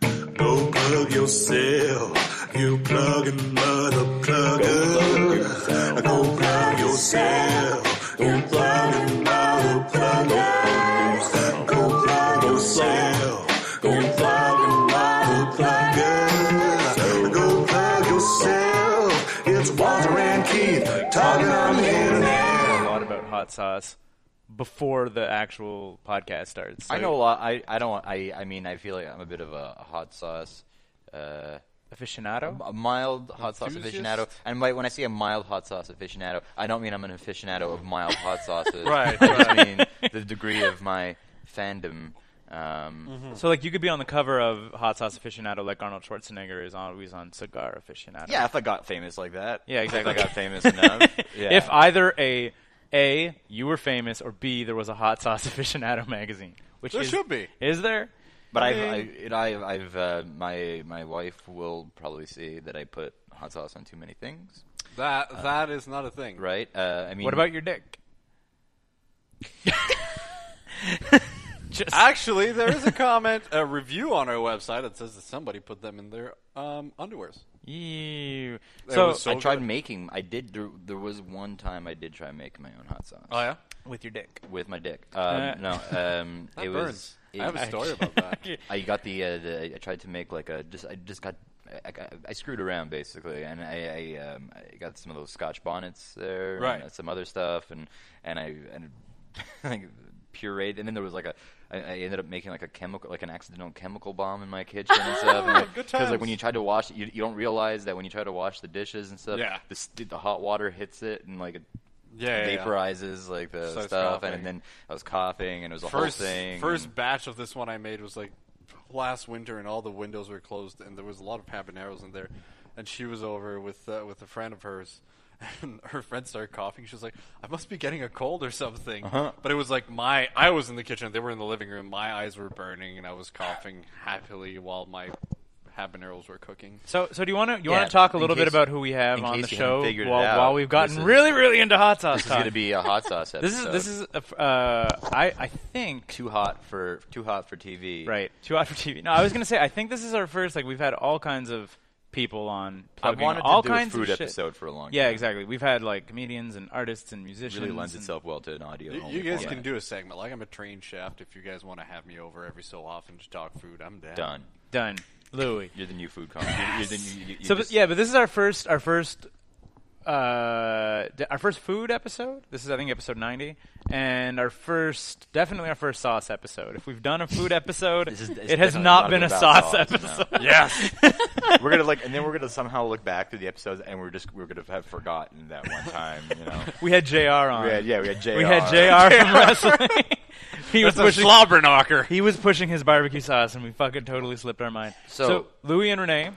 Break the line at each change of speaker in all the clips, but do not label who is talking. Go plug yourself. You plug another plugger. Go plug yourself. You plug another plugger. Go plug yourself. You plug another plugger. Go plug yourself. It's Walter and Keith talking on the internet.
a lot about hot sauce before the actual podcast starts.
I
So
know a lot. I, I don't. I I mean, I feel like I'm a bit of a, a hot sauce, uh,
aficionado.
a mild hot sauce
Enthusiast?
aficionado. And by, when I say a mild hot sauce aficionado, I don't mean I'm an aficionado of mild hot sauces.
Right,
I just
right.
mean the degree of my fandom. Um,
So like you could be on the cover of Hot Sauce Aficionado, like Arnold Schwarzenegger is always on Cigar Aficionado.
Yeah, if I got famous like that.
Yeah, exactly.
If I got famous enough. Yeah.
If either a a you were famous or b there was a Hot Sauce Aficionado magazine, which
There
is-
should be.
Is there?
But I've,
mean-
I, it, I've, I've uh, my my wife will probably say that I put hot sauce on too many things,
That that is not a thing.
right? Uh, I mean,
What about your dick? Just
Actually, there is a comment, a review on our website that says that somebody put them in their um, underwears.
Ew.
That
So,
was so-
I tried
good.
making. I did. There, there was one time I did try making my own hot sauce.
Oh, yeah,
with your dick.
With my dick. Um,
Uh,
no, um,
that
it
burns.
was.
I have a
it-
story about that.
I got the, uh, the. I tried to make like a. Just I just got. I, I, I screwed around basically, and I I, um, I got some of those Scotch bonnets there,
Right.
And uh, some other stuff, and and I and like pureed, and then there was like a. I, I ended up making like a chemical, like an accidental chemical bomb in my kitchen and stuff. and, like,
good
like when
times.
you try to wash, you, you don't realize that when you try to wash the dishes and stuff,
Yeah.
the, st- the hot water hits it and like it
Yeah, yeah, yeah.
vaporizes like the
Starts
stuff,
coughing.
and then I was coughing, and it was a
First
whole thing.
first batch of this one I made was like last winter, and all the windows were closed, and there was a lot of habaneros in there. And she was over with uh, with a friend of hers, and her friend started coughing. She was like, "I must be getting a cold or something." But it was like my I was in the kitchen, they were in the living room. My eyes were burning, and I was coughing happily while my habaneros were cooking.
So, so do you want to you
Yeah,
want to talk a
in
little bit
case-
about who we have
in
on the
case you haven't
show
figured it
while,
out,
while we've gotten
this is-
really really into hot sauce
This is
talk?
going to be a hot sauce episode.
this is this is a f- uh, I I think
too hot for too hot for TV.
right too hot for TV. No, I was gonna say I think this is our first like we've had all kinds of people on.
I
Plugging,
wanted to
all
do
kinds
a food
of shit.
episode for a long
Yeah,
time.
exactly. We've had like comedians and artists and musicians.
Really lends
and-
itself well to an audio.
You,
only
you guys
format.
can do a segment. Like I'm a trained chef. If you guys want to have me over every so often to talk food, I'm down.
done.
Done, Louis.
You're the new food company. You're, you're the new, you, you
So but,
just-
yeah, but this is our first our first uh d- our first food episode. This is I think episode 90 and our first definitely our first sauce episode. If we've done a food episode,
This is- it's
it has
definitely
not
not
been a
about
sauce,
sauce, no.
episode.
Yes.
we're gonna like, and then we're gonna somehow look back to the episodes, and we're just we're gonna have forgotten that one time. You know,
We had JR on.
we had, yeah, we had JR.
We had JR from wrestling. he was pushing
slobber knocker.
he was pushing his barbecue sauce and we fucking totally slipped our mind.
So-
Louis and Renee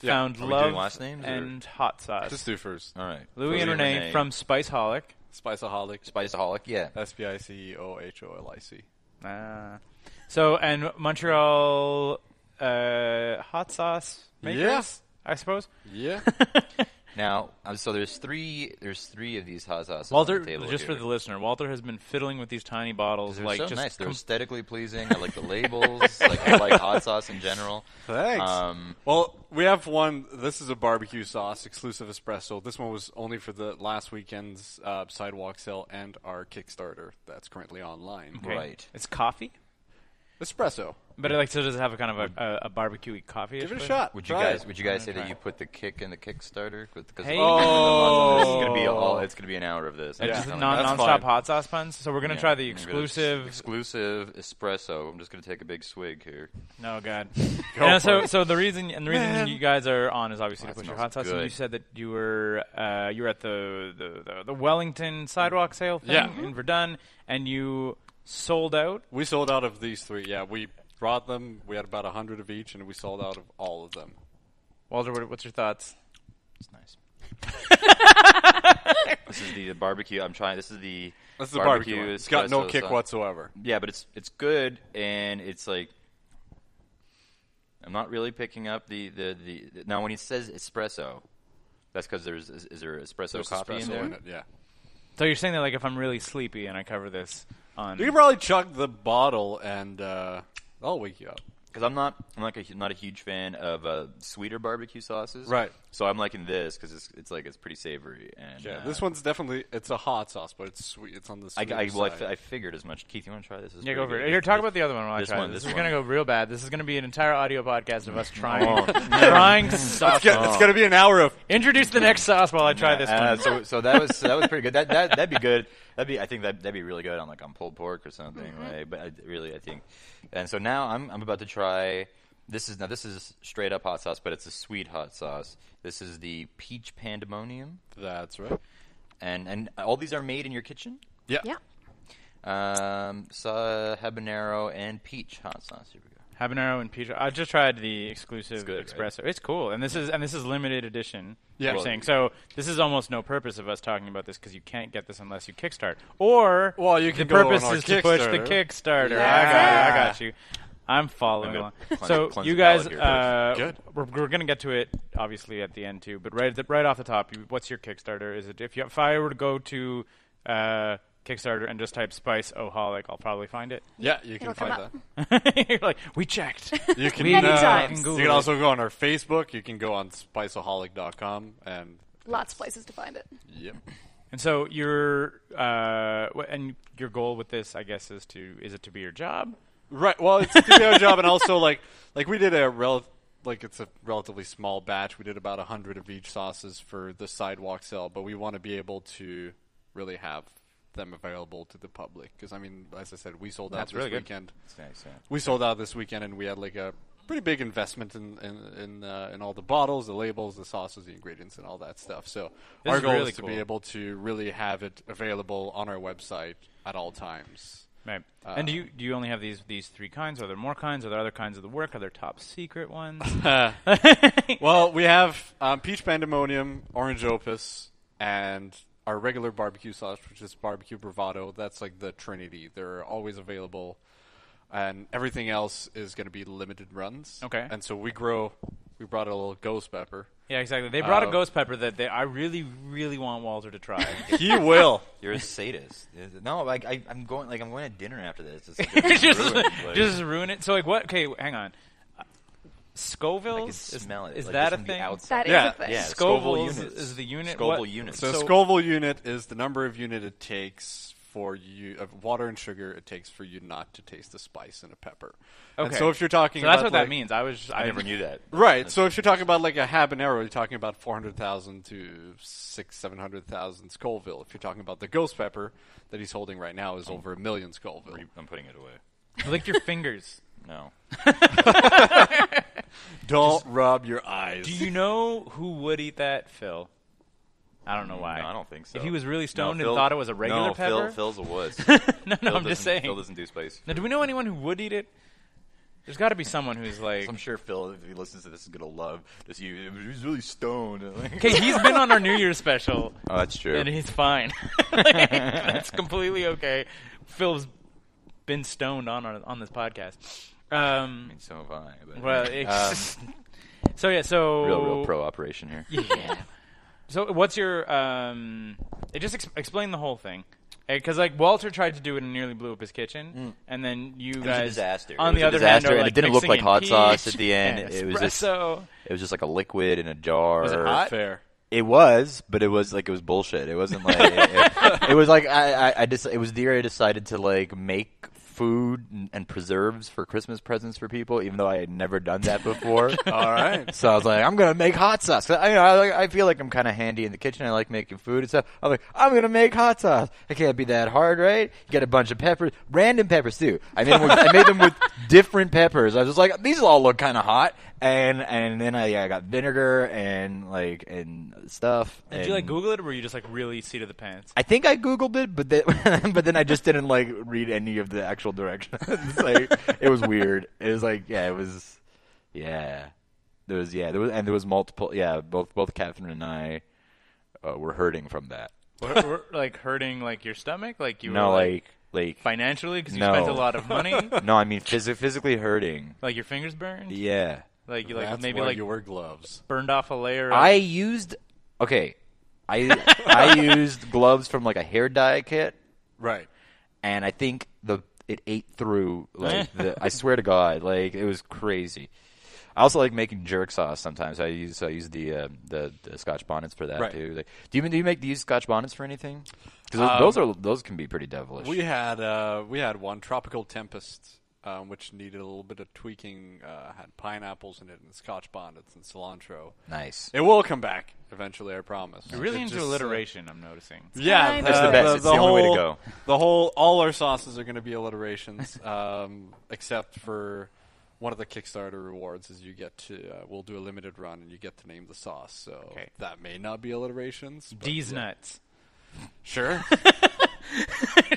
found
Are we doing
love
last names, or-
and hot sauce.
Just do first.
All right,
Louis and Renee, from Uh, Spice Holic.
Spiceaholic.
Spiceaholic. Yeah,
S P I C E O H O L I C.
Ah. So and Montreal uh, hot sauce makers,
Yes.
I suppose.
Yeah.
Now, um, so there's three. There's three of these hot sauces.
Walter,
on the table
just
here.
for the listener, Walter has been fiddling with these tiny bottles,
They're
like
so
just
nice. They're
com-
aesthetically pleasing. I like the labels. like I like hot sauce in general.
Thanks.
Um,
well, we have one. This is a barbecue sauce exclusive espresso. This one was only for the last weekend's uh, sidewalk sale and our Kickstarter that's currently online.
okay.
Right.
It's coffee,
Espresso.
but it, like so does it have a kind of a, a, a barbecue coffee?
Give it a shot.
Would you
Try
guys
it.
Would you guys say
try
that you
it.
put the kick in the Kickstarter? Because
Hey.
this is gonna be
Oh.
all. It's gonna be an hour of this. I'm
Just
just
non
telling you.
that's
nonstop
fine.
hot sauce puns. So we're gonna
Yeah.
try the
I'm gonna s-
exclusive.
exclusive espresso. I'm just gonna take a big swig here.
No god. And so so the reason and the reason
Man.
you guys are on is obviously to
that
push your
smells
hot sauce. And
good.
you said that you were uh, you were at the, the, the, the Wellington sidewalk sale thing
Yeah.
in Verdun and you sold out.
We sold out of these three. Yeah, we brought them. We had about a hundred of each, and we sold out of all of them.
Walter, what, what's your thoughts?
It's nice. the barbecue. I'm trying. This is the
That's the barbecue. one.
barbecue
It's got no
espresso
kick
sauce.
whatsoever.
Yeah, but it's it's good, and it's like I'm not really picking up the the, the, now when he says espresso, that's because there's is, is there espresso
There's
coffee in
espresso
there?
in it. Yeah.
So you're saying that like if I'm really sleepy and I cover this
Hmm.
on
You can probably chug the bottle and uh, I'll wake you up.
Because I'm not I'm like a, hu- not a huge fan of uh, sweeter barbecue sauces,
Right.
So I'm liking this because it's it's like it's pretty savory and
Yeah,
uh,
this one's definitely it's a hot sauce, but it's sweet. It's on the
I,
sweet
I, well, I,
side.
fi- I figured as much. Keith, you want to try this? This is
Yeah, go
pretty
for
good.
it. Here, talk about the other one while
this
I try.
one,
This,
this
is gonna go real bad. This is gonna be an entire audio podcast of us trying,
Oh,
trying sauce.
It's gonna- it's gonna be an hour of
Introduce the next sauce while I try this
Uh,
one.
so so that was so that was pretty good. That that that'd be good. That'd be I think that that'd be really good on like on pulled pork or something. Right? But I, really, I think. And so now I'm I'm about to try. This is now this is straight up hot sauce, but it's a sweet hot sauce. This is the peach pandemonium,
that's right.
and and all these are made in your kitchen.
Yeah,
Yeah.
Um, sa habanero and peach hot sauce. Here we go.
Habanero and peach. I just tried the exclusive
good, right?
espresso. It's cool, and this is and this is limited edition.
Yeah.
you're
Well-
saying so. This is almost no purpose of us talking about this because you can't get this unless you kickstart. Or
Well, you
the
can go on
purpose
our
is to push the
Kickstarter.
Kickstarter. I got you. I got you. I'm following
I'm
along.
gonna cleanse-
So
cleanse
you
the palate
guys,
here
uh,
Good.
we're, we're gonna get to it obviously at the end too. But right at the, right off the top, you, what's your Kickstarter? Is it if, you, if I were to go to uh, Kickstarter and just type Spice Oholic, I'll probably find it.
yeah, you can
It'll come
find
up.
that.
You're like we checked.
You can
Many
uh,
times.
You can also go on our Facebook. You can go on spiceaholic.com and
Lots of places to find it.
yep.
And so your uh, wh- and your goal with this, I guess, is to is it to be your job?
Right. Well, it's a PPO job, and also like like we did a rel like it's a relatively small batch. We did about hundred of each sauces for the sidewalk sale, but we want to be able to really have them available to the public because I mean, as I said, we sold out
That's
this
really good.
weekend.
It's nice. Yeah.
We sold out this weekend, and we had like a pretty big investment in in in, uh, in all the bottles, the labels, the sauces, the ingredients, and all that stuff. So
This
our
is
goal
really
is to
cool.
be able to really have it available on our website at all times.
Right.
Uh,
and do you do you only have these these three kinds? Are there more kinds? Are there other kinds of the work? Are there top secret ones?
Well, we have um, peach pandemonium, orange opus, and our regular barbecue sauce, which is barbecue bravado. That's like the trinity. They're always available, and everything else is going to be limited runs.
Okay.
And so we grow. We brought a little ghost pepper.
yeah, exactly. They brought a
Uh,
ghost pepper that they, I really really want Walter to try.
He will.
You're a sadist. No, like I, I'm going like I'm going to dinner after this. It's
just
ruined, like-
just ruin it. So like what? Okay, hang on. Scoville
I can smell
is,
it. like,
that
just
a
from the
thing?
outside.
That is
Yeah,
a thing.
yeah. Scoville
Scoville
units.
is the unit.
Scoville
what-
units.
So, Scoville unit is the number of unit it takes for you of water and sugar it takes for you not to taste the spice in a pepper. And
Okay.
so if you're talking,
So that's
about,
what
like-
that means. I was just,
I never knew that.
Right. So if you're talking about like a habanero, you're talking about four hundred thousand to six, seven hundred thousand Scoville. If you're talking about the ghost pepper that he's holding right now
Oh.
is over a million Scoville.
I'm putting it away.
Lick your fingers.
No.
Don't rub your eyes.
Do you know who would eat that, Phil? I don't know why.
No, Mm, I don't think so.
If he was really
No,
stoned
Phil-
and thought it was a regular
no, Phil,
pepper.
Phil's a wuss.
no, no,
Phil
I'm just
doesn't-
saying.
Phil doesn't do spice.
now, do we know anyone who would eat it? There's got to be someone who's like,
I'm sure Phil, if he listens to this, is gonna love this. You, he's really stoned.
okay, he's been on our New Year's special
oh, that's true.
and he's fine. Like, that's completely okay. Phil's been stoned on our, on this podcast. Um,
I mean, so have I. But Um,
well, it's- so yeah, so
real, real pro operation here.
Yeah. so what's your um? It just ex- explain the whole thing. Because like Walter tried to do it and nearly blew up his kitchen, and then you
Mm. It was
guys
a disaster.
on
it was
the
a
other
disaster,
hand, are,
and
like,
it didn't look
mixing
like
in
hot
peach
sauce at the end.
and
It was just,
espresso.
it was just like a liquid in a jar.
Was it hot?
Fair.
It was, but it was like it was bullshit. It wasn't like it, it- it was like I I, I just it was the year I decided to like make food and, and preserves for Christmas presents for people, even though I had never done that before.
All right.
So I was like, I'm gonna make hot sauce. I, you know, I, like- I feel like I'm kind of handy in the kitchen. I like making food and stuff. I'm like, I'm gonna make hot sauce. It can't be that hard, right? You get a bunch of peppers, random peppers too. I made them with, I made them with different peppers. I was just like, these all look kind of hot. And and then I, yeah, I got vinegar and like and stuff.
Did you like
and-
Google it, or were you just like really seat of the pants?
I think I googled it, but then but then I just didn't like read any of the actual directions. It's like it was weird. It was like yeah, it was yeah. There was yeah, there was and there was multiple yeah. Both both Catherine and I uh, were hurting from that.
We're, we're, like hurting like your stomach, like you
No,
were
like like
financially because you
No.
spent a lot of money,
no, I mean phys- physically hurting.
like your fingers burned,
Yeah,
like you like
That's
maybe
why
like
you wear gloves.
burned off a layer. Of,
I used okay, I I used gloves from like a hair dye kit,
Right.
and I think the it ate through. Like the, I swear to God, like it was crazy. I also like making jerk sauce sometimes. I use I use the uh, the, the Scotch bonnets for that
Right.
too. Like, do you do you make do you use Scotch bonnets for anything? Because
Um,
those are those can be pretty devilish.
We had uh, we had one tropical tempest, um, which needed a little bit of tweaking. Uh, had pineapples in it and Scotch bonnets and cilantro.
nice.
It will come back eventually, I promise.
You're really
It
into
just, uh,
alliteration. I'm noticing.
yeah,
That's the best. It's the only way to go.
The whole all our sauces are going to be alliterations, um, except for one of the Kickstarter rewards is you get to uh, we'll do a limited run and you get to name the sauce. So
Okay.
that may not be alliterations. but
D's
yeah.
nuts.
Sure.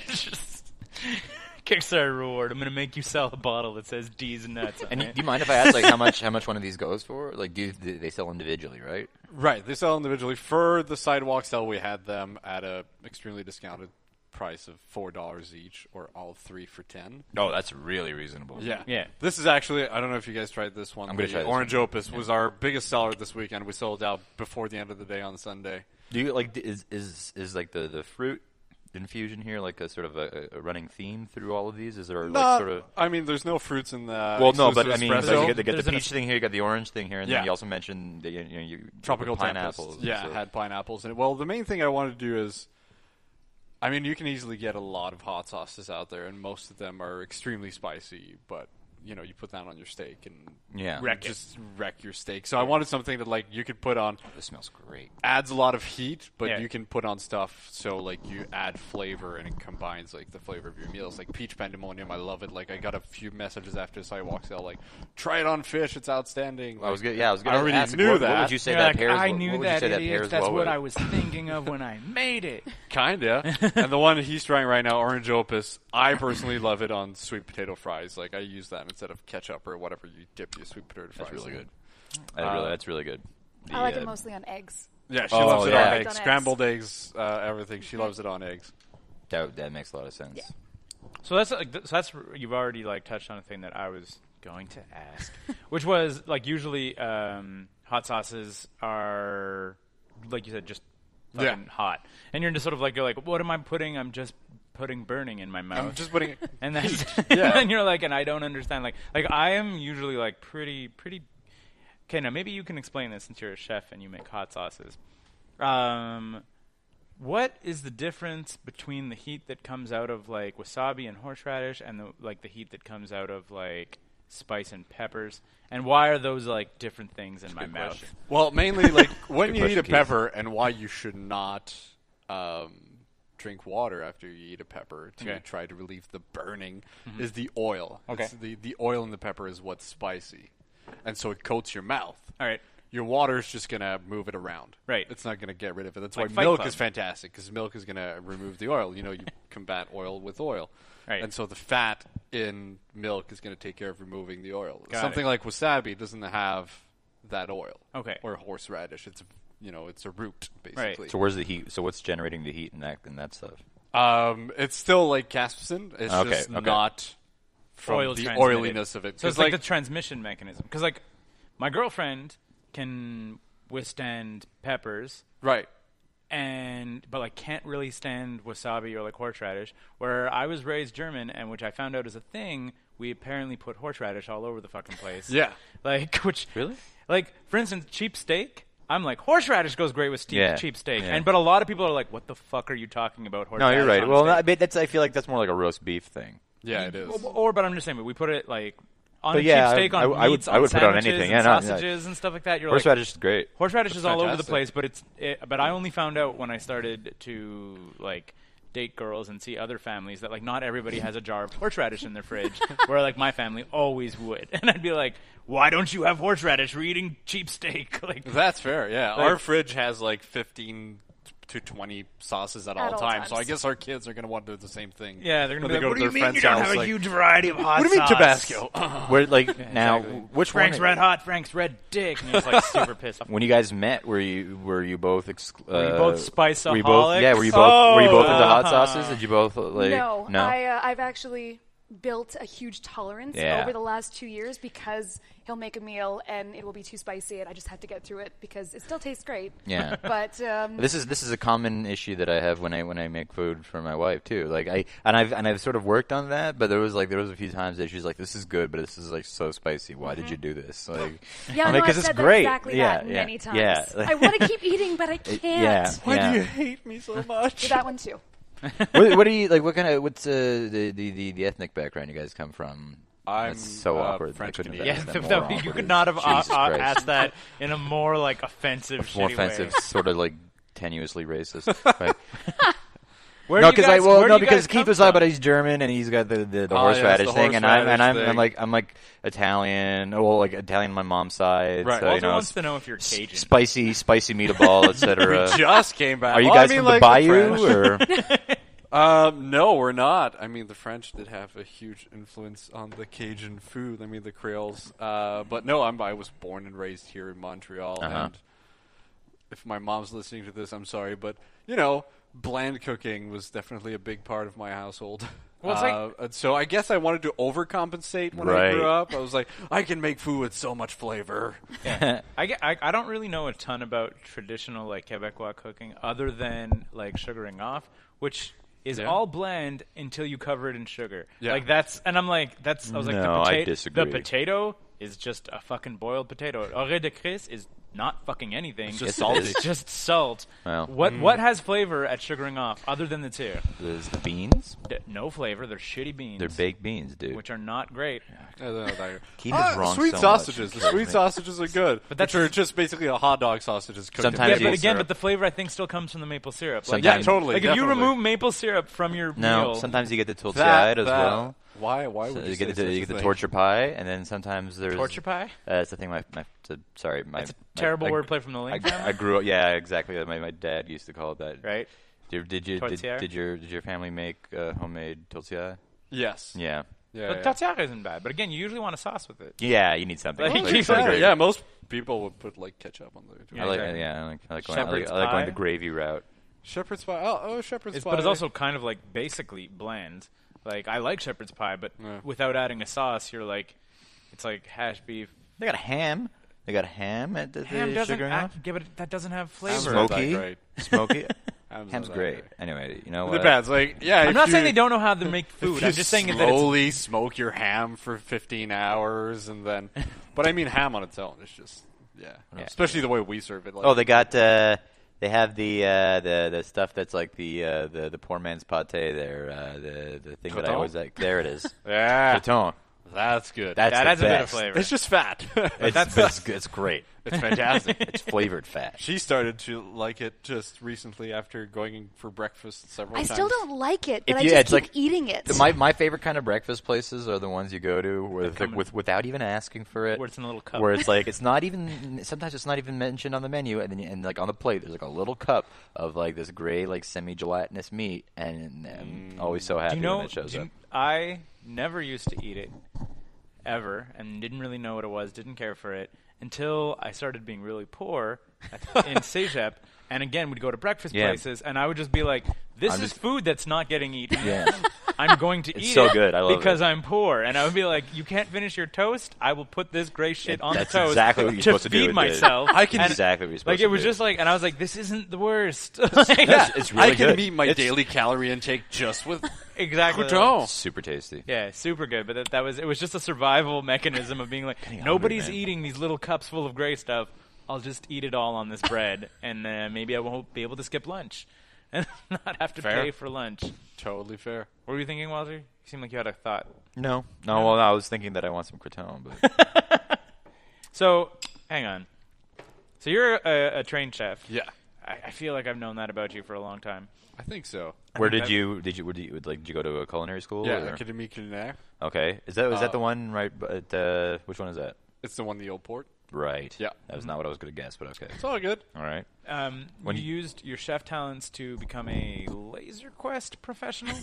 Just- Kickstarter reward. I'm gonna make you sell a bottle that says D's nuts. On
And do
it.
you mind if I ask like how much how much one of these goes for? Like do you, they sell individually, right?
Right, they sell individually. For the sidewalk sale, we had them at a extremely discounted price of four dollars each, or all three for ten.
No, that's really reasonable.
Yeah.
This is actually I don't know if you guys tried this one.
I'm gonna
The
try this
Orange
one.
Opus was our biggest seller this weekend. We sold out before the end of the day on Sunday.
Do you like d- is is is like the the fruit infusion here like a sort of a, a running theme through all of these? Is there like
Not-
sort of
I mean, there's no fruits in
Uh,
the
well, no, but
exclusive
I mean,
espresso.
but you get, the- get
There's
the
an-
peach thing here, you got the orange thing here, and
Yeah.
then you also mentioned the, you know, you,
tropical
the pineapples.
Tempest. Yeah,
so-
had pineapples in it. Well, the main thing I wanted to do is, I mean, you can easily get a lot of hot sauces out there, and most of them are extremely spicy. But you know, you put that on your steak and
Yeah.
Wreck it.
just wreck your steak. So I wanted something that like you could put on
This smells great.
adds a lot of heat, but
Yeah.
you can put on stuff so like you add flavor and it combines like the flavor of your meals. Like peach pandemonium, I love it. Like I got a few messages after sidewalk sale, like try it on fish, it's outstanding.
I was good. Yeah, I was
I
gonna
already
ask,
knew
what,
that.
What would you say
You're
that
like,
pairs?
I
well-
knew
what would you
that,
say that
idiot.
pairs
That's
well
what
with?
I was thinking of when I made it.
Kinda. and the one he's trying right now, Orange Opus, I personally love it on sweet potato fries. Like I use that instead of ketchup or whatever you dip your sweet potato fries.
That's really
in.
good. That
uh,
really, that's really good. The,
I like
uh,
it mostly on eggs.
Yeah, she
Oh,
loves it
yeah.
on
Like
eggs,
on
scrambled eggs, uh, everything. She loves it on eggs.
That, that makes a lot of sense.
Yeah.
So that's like, th- so that's you've already like touched on a thing that I was going to ask, which was like usually um, hot sauces are like you said just
Yeah.
fucking hot, and you're just sort of like you're like what am I putting? I'm just putting burning in my mouth.
I'm just putting.
and that's
yeah.
and you're like and I don't understand like like I am usually like pretty pretty okay now maybe you can explain this since you're a chef and you make hot sauces um what is the difference between the heat that comes out of like wasabi and horseradish and the like the heat that comes out of like spice and peppers and why are those like different things in my
good
mouth
question.
Well, mainly like when
Good
you eat
question,
a
Keith.
pepper and why you should not um, drink water after you eat a pepper to
Okay. Mm-hmm.
try to relieve the burning is the oil.
Okay.
It's the the oil in the pepper is what's spicy, and so it coats your mouth.
all right
Your water is just gonna move it around.
Right.
It's not gonna get rid of it. That's
Like
why
Fight
milk
Club.
is fantastic because milk is gonna remove the oil. You know, you combat oil with oil.
Right.
And so the fat in milk is gonna take care of removing the oil.
Got
Something
it.
like wasabi doesn't have that oil.
Okay.
Or horseradish. It's you know, it's a root
Right.
basically.
So where's the heat? So what's generating the heat and that and that stuff?
Um, it's still like caspsin. It's
Okay,
just
okay.
not from
oil
the
transmitted.
oiliness of it.
So it's
'Cause,
like, the transmission mechanism. Because like my girlfriend can withstand peppers,
right.
and but like can't really stand wasabi or like horseradish. Where I was raised German, and which I found out is a thing. We apparently put horseradish all over the fucking place.
Yeah.
like which
Really?
like for instance, cheap steak. I'm like horseradish goes great with steep,
Yeah,
cheap steak,
yeah.
and but a lot of people are like, "What the fuck are you talking about?"
No,
Horseradish
you're right.
on a
Well,
steak?"
I, but that's I feel like that's more like a roast beef thing.
Yeah, it is.
Or, or- but I'm just saying, but we put it like on
But
a
yeah, I-
cheap steak on
I w- I would-
meats,
I would put it on
sandwiches
anything.
and
Yeah, no, yeah.
sausages and stuff like that. You're like,
Horseradish is great.
horseradish is all over the
fantastic.
place, but it's it, but I only found out when I started to like date girls and see other families that like not everybody has a jar of horseradish in their fridge, where like my family always would, and I'd be like, why don't you have horseradish? We're eating cheap steak. Like
That's fair. Yeah, our fridge has like fifteen to 20 sauces at,
At
all,
all
times. So I
times.
guess our kids are going to want to do the same thing.
Yeah, they're gonna
When they
be like,
go
"What
to
do you
their
mean
friend's
you don't
house,
have a
like,
huge variety of hot
What do you mean
sauce?
Tabasco? Oh,
Where like now,
exactly.
which
Frank's
one?
red hot. Frank's red dick. And he was like super pissed off.
When you guys met, were you were you both ex- uh, were
you both
Were you both, yeah, were you
spiceaholics?
both were you both into
Oh.
hot sauces? Did you both uh, like
no, I, uh, I've actually built a huge tolerance
Yeah.
over the last two years because he'll make a meal and it will be too spicy, and I just have to get through it because it still tastes great.
Yeah.
But um,
This is this is a common issue that I have when I when I make food for my wife too. Like I and I've and I've sort of worked on that, but there was like there was a few times that she's like, "This is good, but this is like so spicy. Why did you do this?" Like,
Mm-hmm. yeah,
I'm
no,
like,
I've
"'Cause it's
said
great.
That exactly
yeah,
that
yeah,
many times.
Yeah,
I want to keep eating, but I can't.
yeah,
Do
Why
yeah.
do you hate me so much?
That one too.
what, what do you like? What kind of what's uh, the, the the the ethnic background you guys come from?
I'm,
That's so
uh,
awkward. I
French
couldn't have
Canadian.
Yeah,
asked
th-
that
th-
more
you
awkward.
could not have uh,
Jesus
uh,
Christ.
asked that in a more like offensive,
more
shitty
offensive,
Way.
sort of like tenuously racist. Right.
Where
no,
do you
because I
guys-
well,
where
no,
do you
because
guys
Keith
come
was talking
from?
about he's German and he's got the the, the
Oh, yeah, it's
horseradish
the
thing, and I'm and I'm,
horseradish
I'm
thing.
like I'm like Italian, oh, well, like Italian on my mom's side,
Right.
so
Walter
you know,
wants
s-
to know if you're
s-
Cajun.
spicy, spicy meatball, etc.
Just came back.
Are you
Well, I
guys
mean,
from the
like,
bayou
French-
or?
Um, no, we're not. I mean, the French did have a huge influence on the Cajun food. I mean, the Creoles. Uh, but no, I'm, I was born and raised here in Montreal.
Uh-huh.
And if my mom's listening to this, I'm sorry, but you know, bland cooking was definitely a big part of my household.
Well, it's
Uh,
like-
and so I guess I wanted to overcompensate when I
Right.
grew up. I was like, I can make food with so much flavor.
I, get- I, I don't really know a ton about traditional like Quebecois cooking other than like sugaring off, which is
Yeah.
all blend until you cover it in sugar.
Yeah.
Like that's and I'm like that's I was like the,
No, I
pota-
disagree.
the potato is just a fucking boiled potato. Orée de Chris is not fucking anything. It's
just Yes, it salt. is.
It's just salt.
Well.
What what has flavor at sugaring off other than the two?
Is the beans?
D- No flavor. They're shitty beans.
They're baked beans, dude.
which are not great.
I don't know what that-
Keith
Ah,
is wrong
sweet
so much.
sausages. The
Trust
sweet
me.
sausages are good, but
that's-
that's are just basically a hot dog sausages. Cooked in
Sometimes
Yeah,
Maple
but again,
syrup.
but the flavor I think still comes from the maple syrup. Like,
Sometimes-
Yeah, totally.
Like if you
definitely.
remove maple syrup from your
no,
meal,
sometimes you get the tortilla
That-
as
that-
well.
Why? Why
So
would
you
you,
get
say
the, you
such a
get the
thing?
torture pie, and then sometimes there's
torture pie.
Uh, it's the thing. My, my t- sorry, my,
That's a
my-
terrible
I-
wordplay from the
I,
Lane
I
family,
grew up. Yeah, exactly. My, my dad used to call it that.
right?
Did, did you did,
Tortilla?
did your did your family make uh, homemade tortilla?
Yes.
Yeah.
Yeah.
But
yeah.
tartare isn't bad. But again, you usually want a sauce with it.
Yeah, you need something.
Like,
Like,
keeps
like
on-
Yeah,
gravy.
yeah, most people would put like ketchup on there.
I like,
exactly.
yeah, I like, I like, going, I like,
Shepherd's
I like
pie.
going the gravy route.
Shepherd's pie. Oh, oh shepherd's
It's,
pie.
but it's also kind of like basically bland. Like I like shepherd's pie, but
Yeah.
without adding a sauce, you're like, it's like hash beef.
They got ham. They got ham at the,
Ham
the
doesn't
sugar
act, yeah, but that doesn't have flavor.
Ham's not that
Smoky.
great.
Smoky.
Ham's
Ham's
not that
great.
great.
Anyway, you know
The
what?
bad. Like, yeah.
I'm not saying they don't know how to make food. I'm just saying that it's
slowly smoke your ham for 15 hours and then. But I mean, ham on its own is just yeah. Especially the way we serve it. Like,
Oh, they got uh, they have the uh, the the stuff that's like the uh, the the poor man's pate there. Uh, the the thing that I
Croton?
always like. There it is.
yeah.
Croton.
That's good.
That's
that
the
has a bit of
best.
flavor.
It's just fat.
It's,
that's-
but it's, it's great.
it's fantastic.
It's flavored fat.
She started to like it just recently after going for breakfast several
I
times.
still don't like it,
If
but I
you-
just
it's
keep
like-
eating it.
The- my my favorite kind of breakfast places are the ones you go to with,
come in-
with without even asking for it.
Where it's in a little cup.
Where it's like it's not even sometimes it's not even mentioned on the menu, and then and like on the plate there's like a little cup of like this gray like semi gelatinous meat, and I'm always so happy
Mm. Do you know?
when it shows
do you-
up.
I never used to eat it ever, and didn't really know what it was. Didn't care for it until I started being really poor at, in Sejep. And again, we'd go to breakfast
Yeah.
places, and I would just be like, "This
I'm
is
just-
food that's not getting eaten.
Yeah.
I'm going to
It's
eat
so
it
good. I love
because
it.
I'm poor." And I would be like, "You can't finish your toast. I will put this gray shit on
That's
the toast
exactly what you're
to
supposed to do
feed
with it.
myself."
I can-
And-
Exactly what you're supposed
like.
to
It was
do.
just like, and I was like, "This isn't the worst."
Yeah, it's really
I can
good.
meet my
It's
daily calorie intake just with
exactly.
croutons.
Super tasty.
oh. Yeah, super good. But that, that was it was just a survival mechanism of being like
Getting hungry,
nobody's
man.
eating these little cups full of gray stuff. I'll just eat it all on this bread, and uh, maybe I won't be able to skip lunch and not have to
Fair.
pay for lunch.
Totally fair.
What were you thinking, Walter? You seemed like you had a thought.
No, no. Well, I was thinking that I want some croton, but
So, hang on. So you're a, a trained chef.
Yeah,
I, I feel like I've known that about you for a long time.
I think so.
where
think
did
that-
you did you where did you like did you go to a culinary school?
Yeah,
or-
Académie Culinaire.
Okay. Is that is that
Uh,
the one right? b- At, uh, which one is that?
It's the one in the old port.
Right.
Yeah.
That was not what I was going to guess, but okay.
It's all good.
All right.
Um,
When
you
you-
used your chef talents to become a laser quest professional.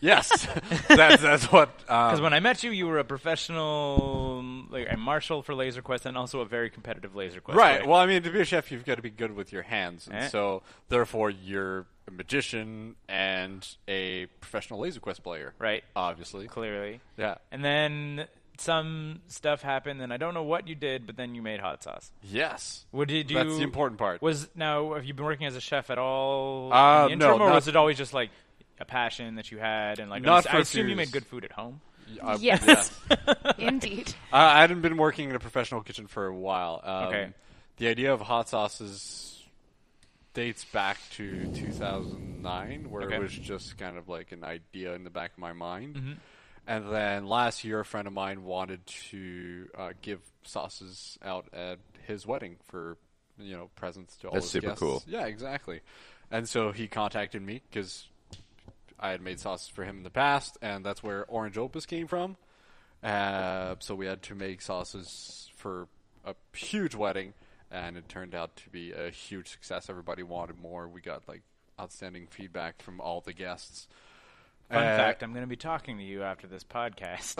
Yes, that's that's what.
Because
Um,
when I met you, you were a professional, like a marshal for laser quest, and also a very competitive laser quest.
right.
player.
Well, I mean, to be a chef, you've got to be good with your hands, and
Eh.
so therefore you're a magician and a professional laser quest player.
Right.
Obviously.
clearly.
Yeah.
And then some stuff happened, and I don't know what you did, but then you made hot sauce.
Yes.
What did you?
That's the important part.
Was now have you been working as a chef at all?
Uh,
in the interim,
no,
or
not-
was it always just like a passion that you had and like?
Not
I
for
assume you
serious.
made good food at home.
Uh,
Yes.
yeah.
Indeed.
I I hadn't been working in a professional kitchen for a while. Um,
Okay.
The idea of hot sauces dates back to 2009, where
Okay. Mm-hmm.
it was just kind of like an idea in the back of my mind. And then last year, a friend of mine wanted to uh, give sauces out at his wedding for you know presents to all.
That's
his
super
guests.
cool.
Yeah, exactly. And so he contacted me because I had made sauces for him in the past, and that's where Orange Opus came from. Uh, so we had to make sauces for a huge wedding, and it turned out to be a huge success. Everybody wanted more. We got like outstanding feedback from all the guests.
Fun
Uh,
fact: I'm going to be talking to you after this podcast.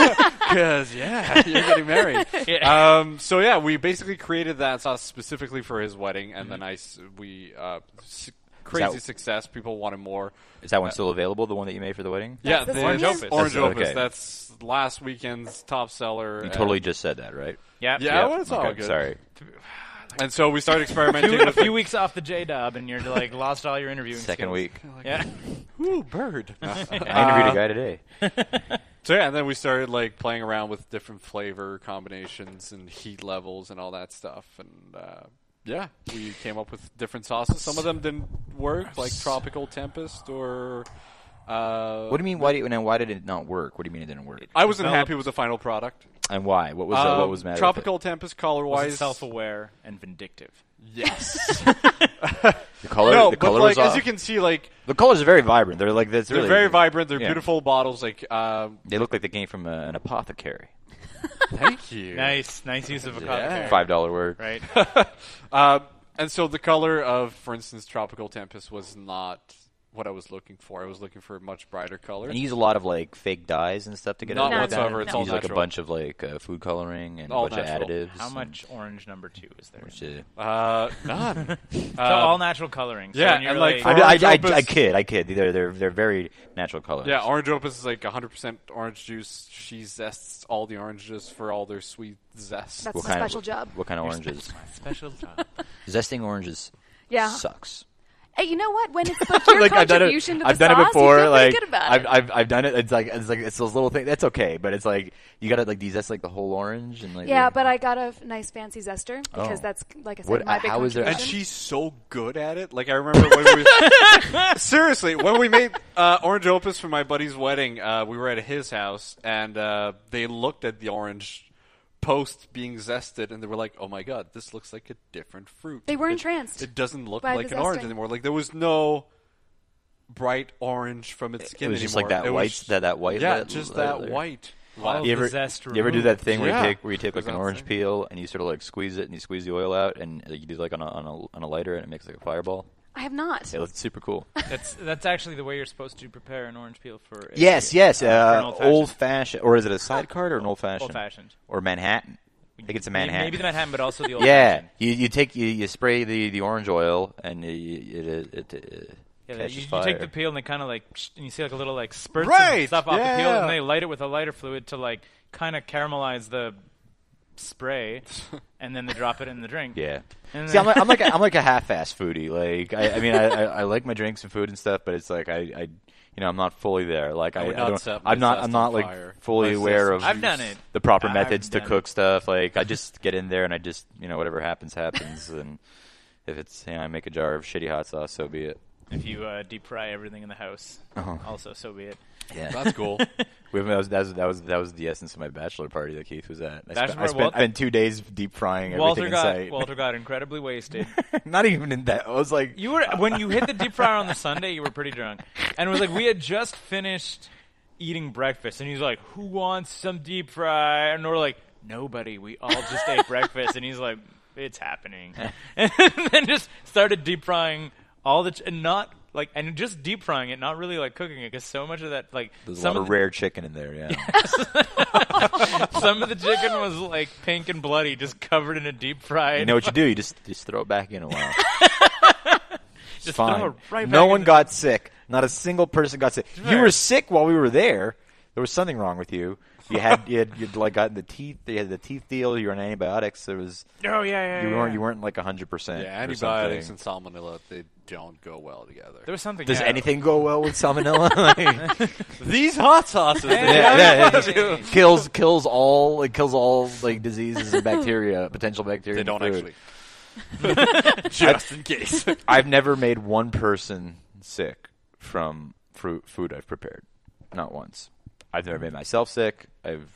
Because yeah, you're getting married. Um, so yeah, we basically created that sauce specifically for his wedding, and then I s- we uh, s- crazy
that-
success. People wanted more.
Is that one still available? The one that you made for the wedding?
yeah,
this
the
one
Orange
here?
Opus.
That's-
Orange Opus.
okay.
That's last weekend's top seller.
You
and-
totally just said that, right?
yeah,
Yeah, well, it's all
okay,
good.
Sorry.
And so we started experimenting
a
with
few weeks off the J Dub, and you're like lost all your interviewing.
Second
skills.
week.
Yeah.
Ooh, bird.
I
Uh,
interviewed a guy today.
so yeah, and then we started like playing around with different flavor combinations and heat levels and all that stuff, and uh, yeah, we came up with different sauces. Some of them didn't work, like tropical tempest or. Uh,
What do you mean? Why? Do you, now, why did it not work? What do you mean it didn't work?
I wasn't happy with the final product.
And why? What was the- what
Um,
was the matter? with
tropical tempest color
Was it
wise?
self-aware and vindictive.
Yes.
it? The color.
no,
the
but
color
like
was
as
off.
you can see, like
the colors are very vibrant. They're like that's
they're
really
very vibrant. They're
yeah.
beautiful bottles. Like um,
They look like they came from uh, an apothecary.
thank you.
Nice, nice use of a yeah.
Five dollar word.
Right.
Uh, and so the color of, for instance, Tropical Tempest was not what I was looking for. I was looking for a much brighter color.
And you use a lot of like fake dyes and stuff to get
Not
it. like that?
whatsoever, it's
You
all
use like a
natural.
bunch of like uh, food coloring and
All
a bunch of
natural.
additives.
How
and-
much orange number two is there?
which, uh,
Uh, none.
so all natural coloring. So
yeah,
when you're "Oh,
and, like,
I,
Orange
I, I,
opus.
I kid. I kid. They're they're they're very natural colors.
yeah, Orange Opus is like 100% orange juice. She zests all the oranges for all their sweet zest.
That's
What
my
kind
special
of
job.
what kind of oranges?
special
Zesting oranges
Yeah.
sucks.
Hey, you know what? When it's like your
I've done it.
contribution to the
I've done it
sauce,
before.
you feel pretty
like
good about
I've,
it.
I've I've done it. It's like it's like it's those little things. That's okay, but it's like you got to like de-zest like the whole orange and like
yeah, but I got a f- nice fancy zester because
Oh.
that's like I said,
What-
my big
how is there-
And
contribution.
she's so good at it. Like I remember when we seriously when we made uh, Orange Opus for my buddy's wedding, uh, we were at his house and uh, they looked at the orange post being zested and they were like, "Oh my god, this looks like a different fruit."
They were
It-
entranced
It doesn't look
by
like
the
an orange
zesting.
anymore. Like there was no bright orange from its skin
was just like
anymore.
that
It
white-
was-
that- that white
yeah,
la-
just
la-
that
layer.
white.
All
You
the
ever,
zest
you ever do that thing where
Yeah.
you take where you take like an
Exactly.
orange peel and you sort of like squeeze it and you squeeze the oil out and uh, you do like on a, on a on a lighter and it makes like a fireball.
I have not.
It looks super cool.
That's that's actually the way you're supposed to prepare an orange peel for. a-
yes, yes.
uh, for an
Uh, old fashioned, or is it a sidecar or an old fashioned?
old-fashioned.
or Manhattan. I think it's a
May-
Manhattan.
Maybe the Manhattan, but also the old.
Yeah,
fashioned.
you you take you, you spray the, the orange oil and you, it it, it uh,
Yeah, that-
catches
you, you
fire.
take the peel and they kind of like, psh, and you see like a little like spurts of
Right,
stuff off the peel,
yeah.
and they light it with a lighter fluid to like kind of caramelize the spray, and then they drop it in the drink.
Yeah.
And
See, I'm
then-
like, I'm like a, I'm like a half-ass foodie. Like, I, I mean, I, I, I like my drinks and food and stuff, but it's like I, I you know, I'm not fully there. Like, I,
would
I
not
don't,
set
I'm not,
myself
I'm
on
not like
fire.
fully
Myself
aware of
on
I've done it.
the proper
I've
methods to
done
cook stuff. Like, I just get in there and I just, you know, whatever happens, happens. and if it's, you know, I make a jar of shitty hot sauce, so be it.
If you uh, deep fry everything in the house,
Uh-huh.
also so be it.
Yeah,
That's cool.
we have, that, was, that was that was that was the essence of my bachelor party that Keith was at. I, spent,
Bachelor
I spent,
Walter-
I spent two days deep frying
Walter
everything
got
in sight.
Walter got incredibly wasted.
Not even in that. I was like,
You were when you hit the deep fryer on the Sunday, you were pretty drunk, and it was like we had just finished eating breakfast, and he's like, "Who wants some deep fry?" And we're like, "Nobody. We all just ate breakfast." And he's like, it's happening. and then just started deep frying all the, ch- and not like, and just deep frying it, not really like cooking it, because so much of that, like,
There's a
some
lot
of
of rare chicken in there. Yeah.
Some of the chicken was like pink and bloody, just covered in a deep fried.
you know what you do? You just just throw it back in a while. It's
Just throw
fine.
it right
no
back
one
in the-
got sick. Not a single person got sick. You
Right.
were sick while we were there. There was something wrong with you. You had you had you'd like gotten the teeth. You had the teeth deal. You were on antibiotics. There was
oh yeah, yeah,
you
yeah,
weren't
yeah.
you weren't like hundred percent.
Yeah, antibiotics and salmonella they don't go well together.
There was something.
Does
yeah.
anything go well with salmonella? Like-
These hot sauces.
yeah, yeah, it just kills kills all it kills all like diseases and bacteria, potential bacteria.
They
in
don't
food.
actually. Just in case.
I've never made one person sick from fruit food I've prepared. Not once. I've never made myself sick. I've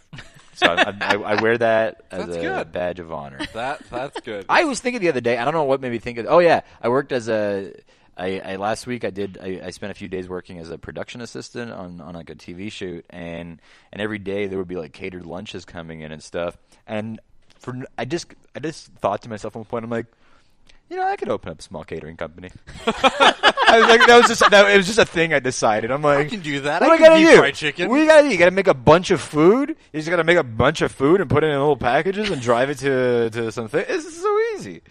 so I, I, I wear that as
That's
a
good.
badge of honor.
That that's good.
I was thinking the other day. I don't know what made me think of. Oh yeah, I worked as a. I, I last week I did. I, I spent a few days working as a production assistant on, on like a TV shoot, and and every day there would be like catered lunches coming in and stuff. And for I just I just thought to myself at one point, I'm like, you know, I could open up a small catering company. I was like, that was just that, it was just a thing I decided. I'm like,
I can do that.
What
I
do
can
I gotta
deep
do?
fry chicken.
What do you gotta do? You gotta make a bunch of food. You just gotta make a bunch of food and put it in little packages and drive it to to something. This is so easy.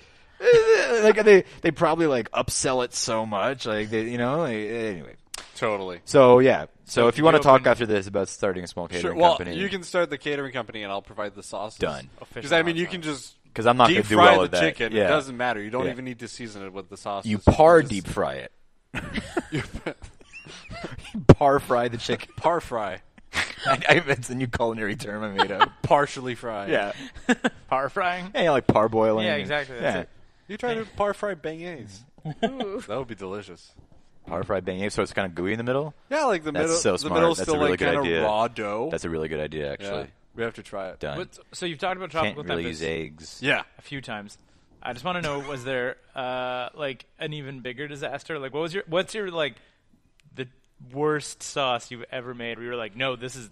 like they they probably like upsell it so much. Like they, you know. Like, anyway,
totally.
so yeah. So if you want to
you
talk
open-
after this about starting a small catering
Sure. Well,
company,
you can start the catering company, and I'll provide the sauces.
Done.
Because I mean, you can just
'Cause I'm not gonna
deep
do
fry
well
the
at that.
chicken.
Yeah.
It doesn't matter. You don't
Yeah.
even need to season it with the sauce.
you par deep fry it. par fry the chicken.
par fry,
I, I, that's a new culinary term I made up.
partially fry.
yeah.
par frying?
Yeah, like parboiling.
Yeah, exactly, that's
Yeah.
it.
You try to par fry beignets. that would be delicious.
Par fried beignet, so it's kind of gooey in the middle.
Yeah, like the
That's
middle.
so
The
smart.
middle's
That's a
still
really
like
good
kind of
idea.
raw dough.
That's a really good idea,
Oh. Yeah.
actually.
We have to try it.
Done.
What, so you've talked about
Can't
tropical
really
tempest
use eggs.
Yeah.
a few times. I just want to know: was there uh, like an even bigger disaster? Like, what was your? What's your like the worst sauce you've ever made? Where you were like, no, this is.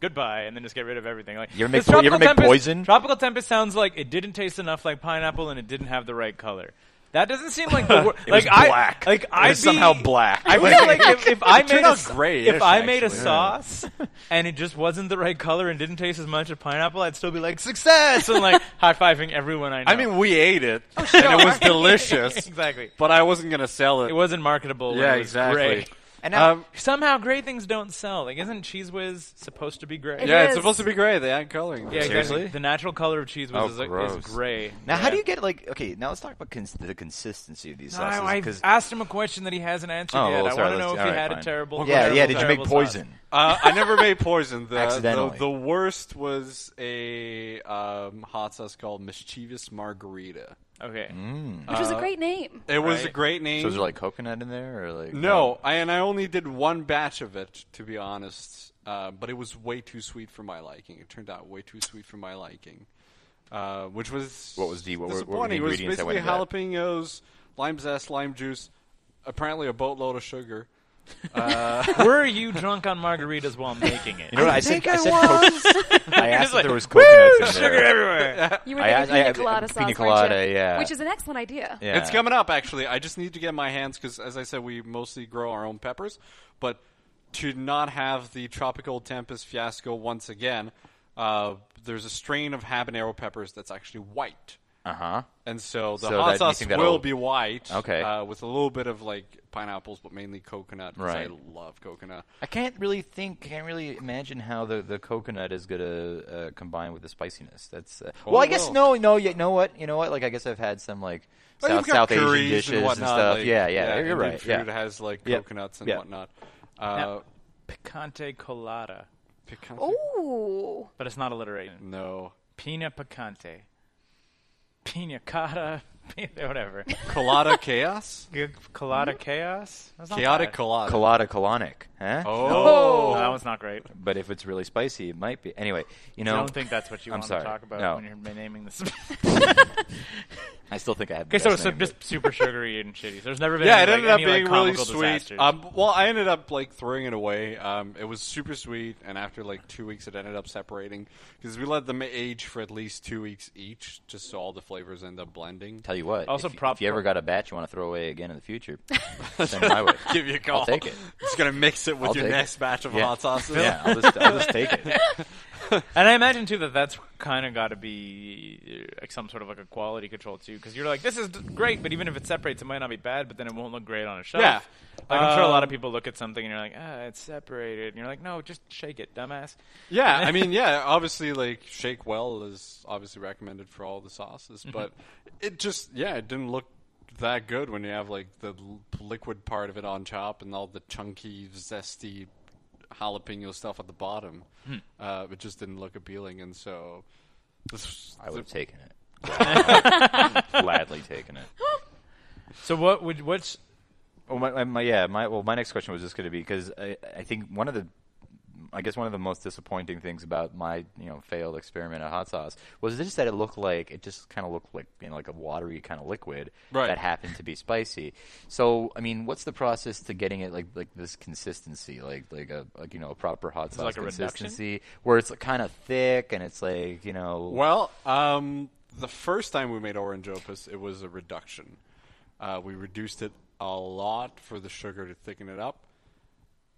Goodbye, and then just get rid of everything. Like
You ever make
'cause
po- you ever
Tropical
make
Tempest-
poison?
Tropical tempest sounds like it didn't taste enough like pineapple, and it didn't have the right color. That doesn't seem like the wor- like I like I
somehow black.
I feel like if, if I made
turned
a,
out
s-
grayish,
if I made a
actually.
sauce and it just wasn't the right color and didn't taste as much of pineapple, I'd still be like success and like high fiving everyone I know.
I mean, we ate it,
Oh,
and it was delicious.
exactly.
But I wasn't gonna sell it.
It wasn't marketable.
yeah,
it was
exactly.
Gray.
And now-
um,
Somehow, gray things don't sell. Like, isn't cheese whiz supposed to be gray?
It
yeah, it's
is.
supposed to be gray. They add coloring.
Yeah, exactly.
Seriously?
The natural color of cheese whiz
Oh,
is, like,
gross.
is gray.
Now,
Yeah.
how do you get like okay? Now let's talk about cons- the consistency of these
No,
sauces.
I, I
'cause-
asked him a question that he hasn't answered
Oh,
yet.
well,
I
sorry,
want to know
let's-
if he
all right,
had a
fine.
terrible.
yeah,
terrible,
yeah. Did you make
terrible sauce.
poison?
Uh, I never made poison. The,
Accidentally.
The, the worst was a um, hot sauce called Mischievous Margarita.
Okay.
Mm.
which
Oh.
was a great name.
It was a
Right.
great name.
So is there like coconut in there or like
no, I, and I only did one batch of it, to be honest. Uh, but it was way too sweet for my liking. It turned out way too sweet for my liking, uh, which was
What was the- what were- what
disappointing.
were the
it
ingredients
was
that went
basically
into
jalapenos, lime zest, lime juice, apparently a boatload of sugar.
Were you drunk on margaritas while making it?
You know what I,
think
said? I
I
said coconut. I asked if
like,
there was coconuts in there.
everywhere.
You were
I-
thinking
I- I-
pina colada sauce,
pina
weren't
colada,
you?
yeah.
Which is an excellent idea.
Yeah.
It's coming up, actually. I just need to get my hands because, as I said, we mostly grow our own peppers. But to not have the tropical tempest fiasco once again, uh, there's a strain of habanero peppers that's actually white,
Uh huh.
and so the
So that-
hot
you
sauce
think
will
that'll-
be white.
Okay.
uh, with a little bit of like pineapples, but mainly coconut. 'cause
Right.
I love coconut.
I can't really think. Can't really imagine how the, the coconut is gonna uh, combine with the spiciness. That's uh, well, I guess no,
well.
no. You know what? You know what? Like I guess I've had some like
Well,
South
you've got
South Asian
curries
dishes and,
whatnot,
stuff.
like-
yeah, yeah, You're
Indian
right.
Food
yeah.
has like
Yep.
coconuts and
Yep.
whatnot.
Now-
Uh,
Picante colada,
picante-
Ooh.
but it's not alliteration.
no.
Pina picante, pina cotta, whatever.
Colada chaos?
Colada chaos. That's not
Chaotic
bad.
colada.
Colada colonic. Huh?
Oh, that one's not great.
But if it's really spicy, it might be. Anyway, you know,
I don't think that's what you
I'm
want
sorry.
to talk about
No.
when you're naming this.
I still think I have. The
Okay, so
best
so
name,
just super sugary and shitty. So there's never been
Yeah, it
any,
ended
like,
up
any, like,
being really
comical
sweet.
disasters.
Um, well, I ended up like throwing it away. Um, it was super sweet, and after like two weeks, it ended up separating because we let them age for at least two weeks each, just so all the flavors end up blending.
but Tell you what.
Also
if,
prop-
if you ever got a batch you want to throw away again in the future, send it my way.
Give you a call.
I'll take it.
Just gonna mix it with
I'll
your
take
next
it.
batch of
Yeah.
hot sauces.
Yeah, I'll just, I'll just take it.
And I imagine too that that's kind of got to be uh, like some sort of like a quality control too, because you're like, this is d- great, but even if it separates, it might not be bad, but then it won't look great on a shelf.
Yeah.
Like I'm sure a lot of
Um,
people look at something and you're like, ah, it's separated, and you're like, no, just shake it, dumbass.
Yeah, I mean, yeah, obviously, like shake well is obviously recommended for all the sauces, but it just yeah, it didn't look that good when you have like the l- liquid part of it on top and all the chunky, zesty jalapeno stuff at the bottom. Uh, it just didn't look appealing, and so this,
I would have
the-
taken it. Gladly taken it.
So what would what's
Well, Oh, my, my, my- yeah, my well, my next question was just going to be because I, I think one of the, I guess one of the most disappointing things about my you know failed experiment at hot sauce was just that it looked like it just kind of looked like you know, like a watery kind of liquid
Right.
that happened to be spicy. So I mean, what's the process to getting it like like this consistency, like like a like you know a proper hot sauce
like a reduction?
consistency where it's kind of thick and it's like you know
Well, um, the first time we made orange opus, it was a reduction. Uh, we reduced it a lot for the sugar to thicken it up,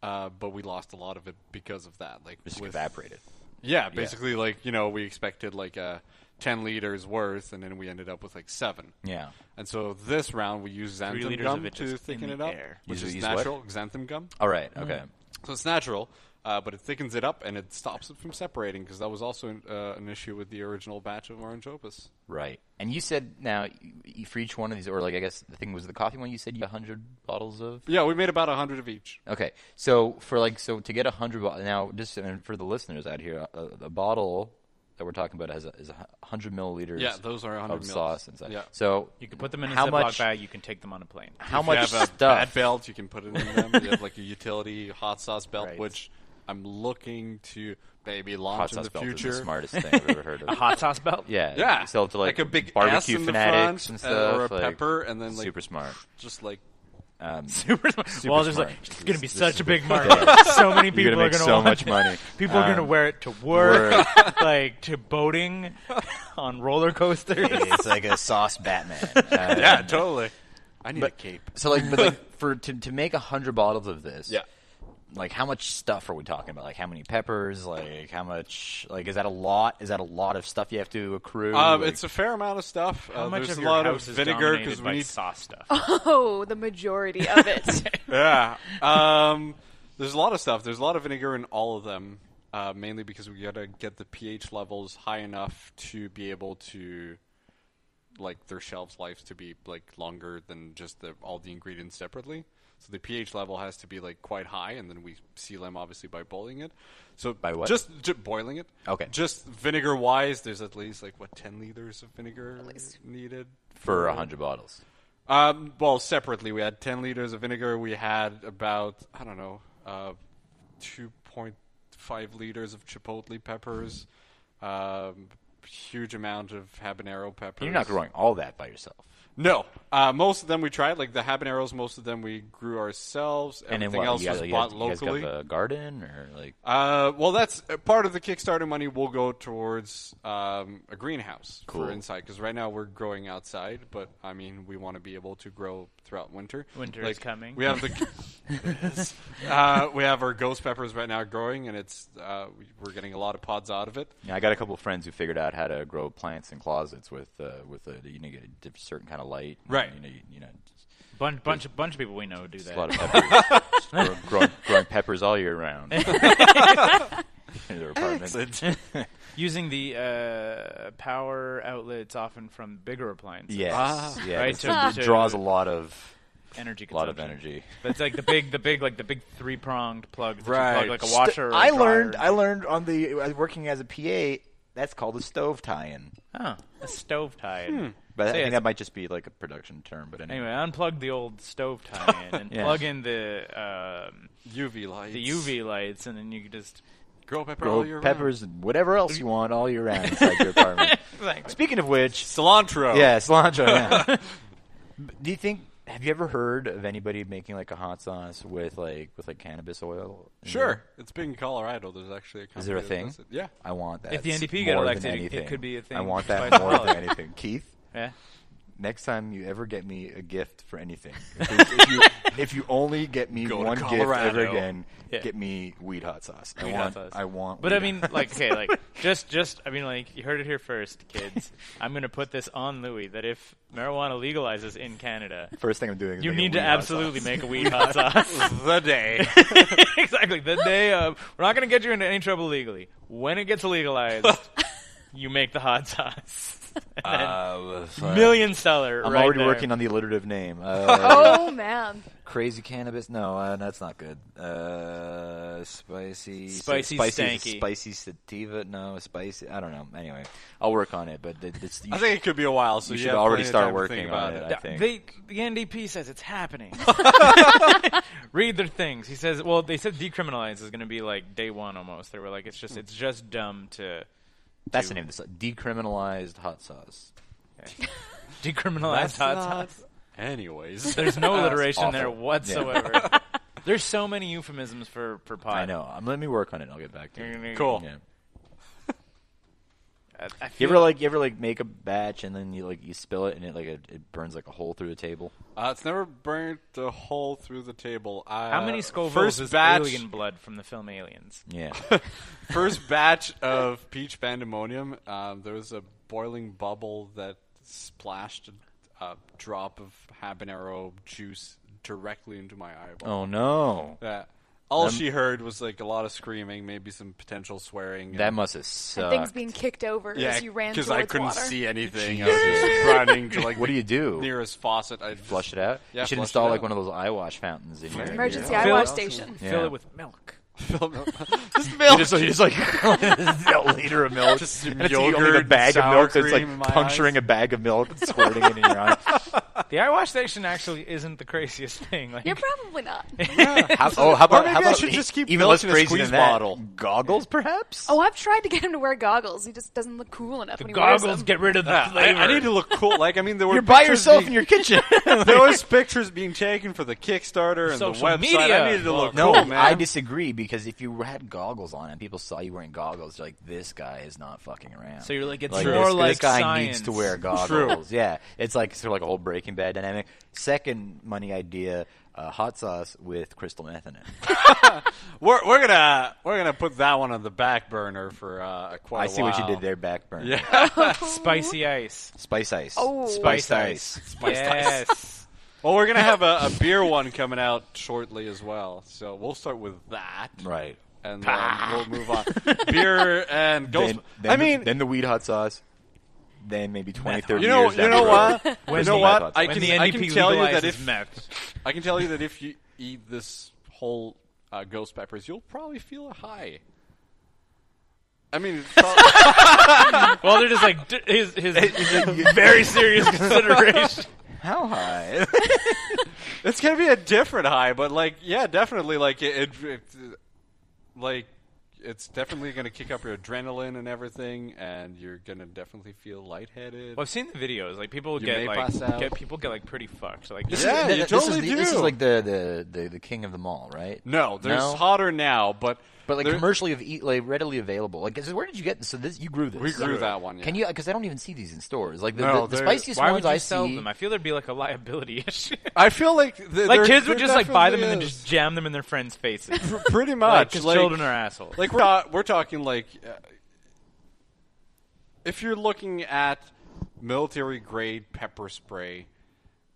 uh, but we lost a lot of it because of that. Like
just
with-
evaporated.
Yeah, basically, like you know, we expected like uh, ten liters worth, and then we ended up with like seven.
Yeah.
And so this round we used
Three
xanthan
liters
gum
of it
to
just in
thicken
the
it up,
air.
which
Use-
is
use what?
natural xanthan gum.
All right.
Mm.
Okay.
So it's natural, uh, but it thickens it up and it stops it from separating because that was also an, uh, an issue with the original batch of orange opus.
Right. And you said now y- y- for each one of these, or like I guess the thing was the coffee one. You said you had hundred bottles of.
Yeah, we made about a hundred of each.
Okay, so for like so to get a hundred bo- now, just and for the listeners out here, a, a bottle that we're talking about has a, is a hundred milliliters.
Yeah, those are 100
of
mils.
sauce inside.
Yeah.
So
you can put them in a
how
Ziploc
much?
bag, you can take them on a plane.
How
If
much
you have a
stuff?
Bad belt, you can put it in them. you have like a utility hot sauce belt,
Right.
which I'm looking to maybe launch
Hot
in
sauce
the
belt
future.
is the smartest thing I've ever heard of.
Hot sauce belt.
yeah,
Yeah,
Sell to like,
a big
barbecue
S in the
fanatics
front,
and
uh,
stuff,
or a
like,
pepper, and then like
super smart.
Just like
Um,
Super smart. Walter's
smart.
like, it's going to be
This-
such
this
a
is
big
the
market. so many people
You're gonna
are
make
going to
so much money.
People are going to
Um,
wear it to work, like to boating, on roller coasters.
It's like a sauce Batman.
yeah, totally. I need a cape.
So like, but like for to to make a hundred bottles of this,
Yeah.
Like how much stuff are we talking about? Like how many peppers? Like how much? Like is that a lot? Is that a lot of stuff you have to accrue?
Um,
Like-
it's a fair amount of stuff.
How
uh,
much
there's
of
a
your
lot of
house is
vinegar
dominated
we
by
need
sauce stuff?
Oh, the majority of it.
yeah. Um, there's a lot of stuff. There's a lot of vinegar in all of them, uh, mainly because we gotta get the pH levels high enough to be able to, like, their shelf lives to be like longer than just the, all the ingredients separately. So the pH level has to be like quite high, and then we seal them obviously by boiling it. So
By what?
Just ju- boiling it.
Okay.
Just vinegar wise, there's at least like what ten liters of vinegar needed
for a hundred bottles.
um, well, separately, we had 10 liters of vinegar. We had about, I don't know, uh, 2.5 liters of chipotle peppers, um, huge amount of habanero peppers.
You're not growing all that by yourself.
No. Uh, most of them we tried. Like the habaneros, most of them we grew ourselves.
And then
Everything
what?
else
you guys,
was
you
bought
guys- you guys
locally.
got the garden or like
Uh, well, that's uh, part of the Kickstarter money will go towards um, a greenhouse
Cool.
for inside because right now we're growing outside, but I mean we want to be able to grow throughout winter.
Winter is coming.
We have the uh, we have our ghost peppers right now growing, and it's uh, we- we're getting a lot of pods out of it.
Yeah, I got a couple of friends who figured out how to grow plants in closets with uh, with a you know you get a diff- certain kind of light. and,
Right.
You know, you, you know just
bunch, bunch, bunch of people we know do
a lot
that.
of peppers. Just grow- growing, growing peppers all year round. in their apartment.
Using the uh, power outlets often from bigger appliances.
Yes. yeah.
Ah. Right,
this-
so-
it draws a lot of
energy.
lot of
consumption.
energy.
But it's like the big, the big, like the big three pronged plug. that you
Right.
plug, like a washer. or a
I
dryer.
learned. I learned on the uh, working as a PA. That's called a stove tie-in.
Huh. A stove
But
tie.
I
So, yeah,
think
it's-
that might just be like a production term. But anyway,
Anyway, unplug the old stove tie in and
Yeah.
plug in the um,
UV lights.
the UV lights, and then you can just
Grow pepper all year
grow
round.
peppers and whatever else you want all year round inside your apartment.
like,
Speaking of which,
Cilantro.
yeah, cilantro. yeah. B- Do you think? Have you ever heard of anybody making like a hot sauce with like with like cannabis oil? in
Sure. It's big in Colorado. There's actually a
it? Is there a
company that
thing?
does it. Yeah.
I want that.
If the
s-
NDP get
more than
elected, it- it
anything.
could be a thing
I want
by
that more
itself.
than anything. Keith,
yeah.
next time you ever get me a gift for anything, if, if you, if you only get me
Go to
one gift ever
Colorado.
again,
Yeah.
get me weed hot sauce. I
Weed
want.
hot sauce.
I want.
But
weed
I mean,
hot
like,
sauce.
okay, like, just, just, I mean, like, you heard it here first, kids. I'm gonna put this on Louis that if marijuana legalizes in Canada,
First thing I'm doing. Is
you
making weed
need to
hot
absolutely
sauce.
make a weed hot sauce.
the day.
exactly. The day of, we're not gonna get you into any trouble legally. When it gets legalized, you make the hot sauce. And then million seller.
Uh, I'm
right
already
there.
working on the alliterative name. Uh,
Oh man,
Crazy cannabis? No, uh, that's not good. Uh, spicy,
Spicy stanky.
spicy sativa. No, spicy. I don't know. Anyway, I'll work on it. But th- it's, you
I think it could be a while. So
you
you
should
have
already
plenty of
start
time to
working
think
on
about
it.
it.
I think.
They, the NDP says it's happening. Read their things. He says, well, they said decriminalize is going to be like day one almost. They were like, it's just, it's just dumb to
that's the name of the decriminalized hot sauce.
decriminalize hot sauce.
Anyways,
There's no alliteration
awful.
there
Yeah.
whatsoever. There's so many euphemisms for for pot.
I know. Um, let me work on it. and I'll get back to you.
Cool.
Yeah.
I, I
You
feel
ever like you ever like make a batch and then you like you spill it and it like it, it burns like a hole through the table.
uh, it's never burnt a hole through the table. Uh,
how many Scovilles
first
is
batch,
alien blood from the film Aliens?
Yeah.
First batch of peach pandemonium. Um, there was a boiling bubble that splashed a, a drop of habanero juice directly into my eyeball.
oh no.
Yeah. All she heard was like a lot of screaming, maybe some potential swearing. and-
That must have
and
sucked.
things being kicked over
yeah,
as you ran
I
towards
couldn't
water.
see anything. I was just running to like
What do you do?
nearest faucet. I
flush it out.
Yeah,
you should
flush
install
it
like
out.
one of those eye wash fountains in your
Emergency
your-
eye
Phil-
wash station.
Yeah.
Fill it with milk.
Just milk.
You just, you just like a liter of milk,
Just some
and it's only
yogurt
a
and
bag of
sour
milk that's
cream
like
in my
puncturing
eyes.
a bag of milk and squirting it in your eye.
The eye wash station actually isn't the craziest thing. Like,
You're probably not.
How, oh, how about
maybe
how
I
about
should just keep
even less
milking a
crazy
squeeze
than that?
bottle.
Goggles, perhaps.
Oh, I've tried to get him to wear goggles. He just doesn't look cool enough
the
when he wears
goggles
them.
get rid of the
Uh,
Yeah, I,
flavor.
I need to look cool. Like I mean, there were
you're by
pictures
yourself
being-
in your kitchen.
there was pictures being taken for the Kickstarter and
Social
the website.
media.
I needed to
Well,
look
no,
cool, man.
I disagree because if you had goggles on and people saw you wearing goggles, they're like, "This guy is not fucking around."
So you're like, it's
Like,
more
this,
like
this guy
science.
needs to wear goggles. Yeah, it's like sort of like a whole Breaking Bad dynamic. Second money idea: uh, hot sauce with crystal meth in it.
we're we're gonna we're gonna put that one on the back burner for uh, quite.
I
a
see what you
while.
did there, backburn.
Yeah.
spicy ice.
Spice ice.
Oh.
Spice,
Spice
ice.
yes.
well, we're gonna have a, a beer one coming out shortly as well, so we'll start with that.
Right.
And then we'll move on. Beer and ghost.
Ah. Then, then
I mean,
the, then the weed hot sauce. Then maybe 20,
hot
30
you know,
years
you
down the
know
road.
what? You
When's
know
the meth hot sauce?
what? I
when
can,
the E
I
NDP
can tell you that
legalizes
if
meth,
I can tell you that if you eat this whole uh, ghost peppers, you'll probably feel a high. I mean, it's prob-
well, they're just like d- his his very serious consideration.
How high?
it's gonna be a different high, but like, yeah, definitely, like it, it, it like it's definitely gonna kick up your adrenaline and everything, and you're gonna definitely feel lightheaded.
Well, I've seen the videos. Like people
You
get
may
like
pass out.
get people get like pretty fucked. Like
This
they're-
Yeah, you
this
totally
is the, This
do.
is like the, the, the, the king of them all, right?
no, there's
No?
hotter now, but
But like
there-
commercially, of eat, like readily available. Like, is- where did you get this? So this you grew this.
We grew that one,
Can you?
yeah.
Because I don't even see these in stores. Like the, the,
No,
the
they're-
spiciest
why
ones
would you
I
sell
see.
them? I feel there'd be like a liability issue.
I feel like th-
like
there-
kids would
there
just like buy them and then
definitely is.
just jam them in their friends' faces.
Pr- pretty
like,
much
'cause
like-
children are assholes.
Like we're not, we're talking like uh, if you're looking at military grade pepper spray,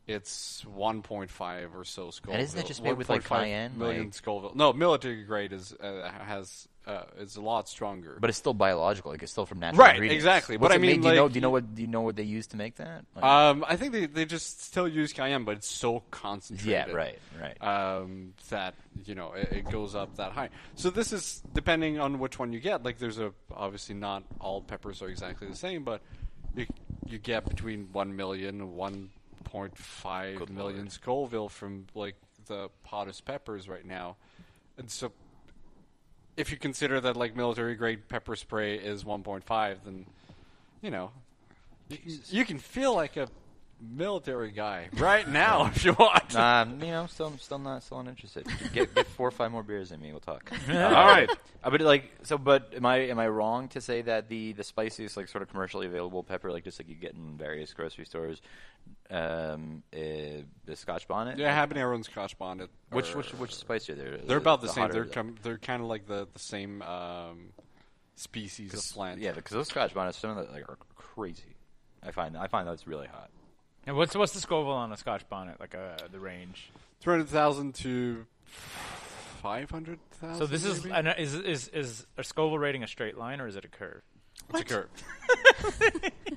it's 1.5 or so Scoville.
And isn't that just made with, like,
1.5
cayenne,
million
like-
Scoville? No, military grade is uh, has uh, is a lot stronger.
But it's still biological. Like it's still from natural
Right,
ingredients.
exactly. But
What's
I
it made?
mean,
do you know?
like-
Do you know what? Do you know what they use to make that? Like,
um, I think they, they just still use cayenne, but it's so concentrated.
yeah, right, right.
um, that you know it, it goes up that high. So this is depending on which one you get. Like there's a obviously not all peppers are exactly the same, but you you get between 1 million and 1.5 million Scoville from like the Potter's peppers right now. And so if you consider that like military grade pepper spray is 1.5 then you know you, you can feel like a military guy right now if you want.
Um, you know, still, still not, still not interested. Get, get four or five more beers in me, we'll talk.
All right.
Uh, but like, so, but am I am I wrong to say that the the spiciest like sort of commercially available pepper, like just like you get in various grocery stores, um, uh, the Scotch bonnet?
Yeah, habanero and Scotch bonnet.
Which
are-
which which spice are there?
They're about the, same.
hotter
They're
the-
com- they're kind of like the the same um, species of plant.
Yeah, because those Scotch bonnets, some of them like are crazy. I find I find that's really hot.
And what's what's the Scoville on a Scotch bonnet? Like uh, the range.
three hundred thousand to five hundred thousand.
So this is
maybe?
an, is is is a Scoville rating a straight line or is it a curve?
It's a curve.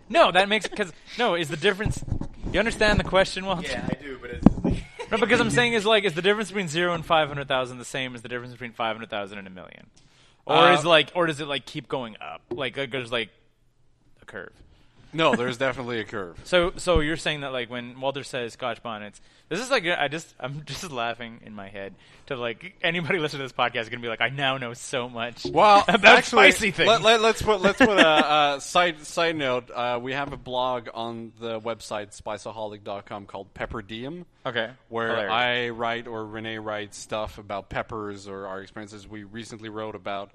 No, that makes because no is the difference. You understand the question, Well,
I do, but it's
No, because I'm saying is like is the difference between zero and five hundred thousand the same as the difference between five hundred thousand and a million, or
Uh,
is like or does it like keep going up? Like like, there's like a curve.
No, there's definitely a curve.
So so you're saying that like when Walter says Scotch bonnets, this is like I just I'm just laughing in my head to like anybody listening to this podcast is gonna be like I now know so much
Well,
about
actually,
spicy things.
Let, us put let's put a, uh side side note. Uh, we have a blog on the website spiceaholic.com called Pepper Diem.
okay,
where
Hilarious.
I write or Renee writes stuff about peppers or our experiences. We recently wrote about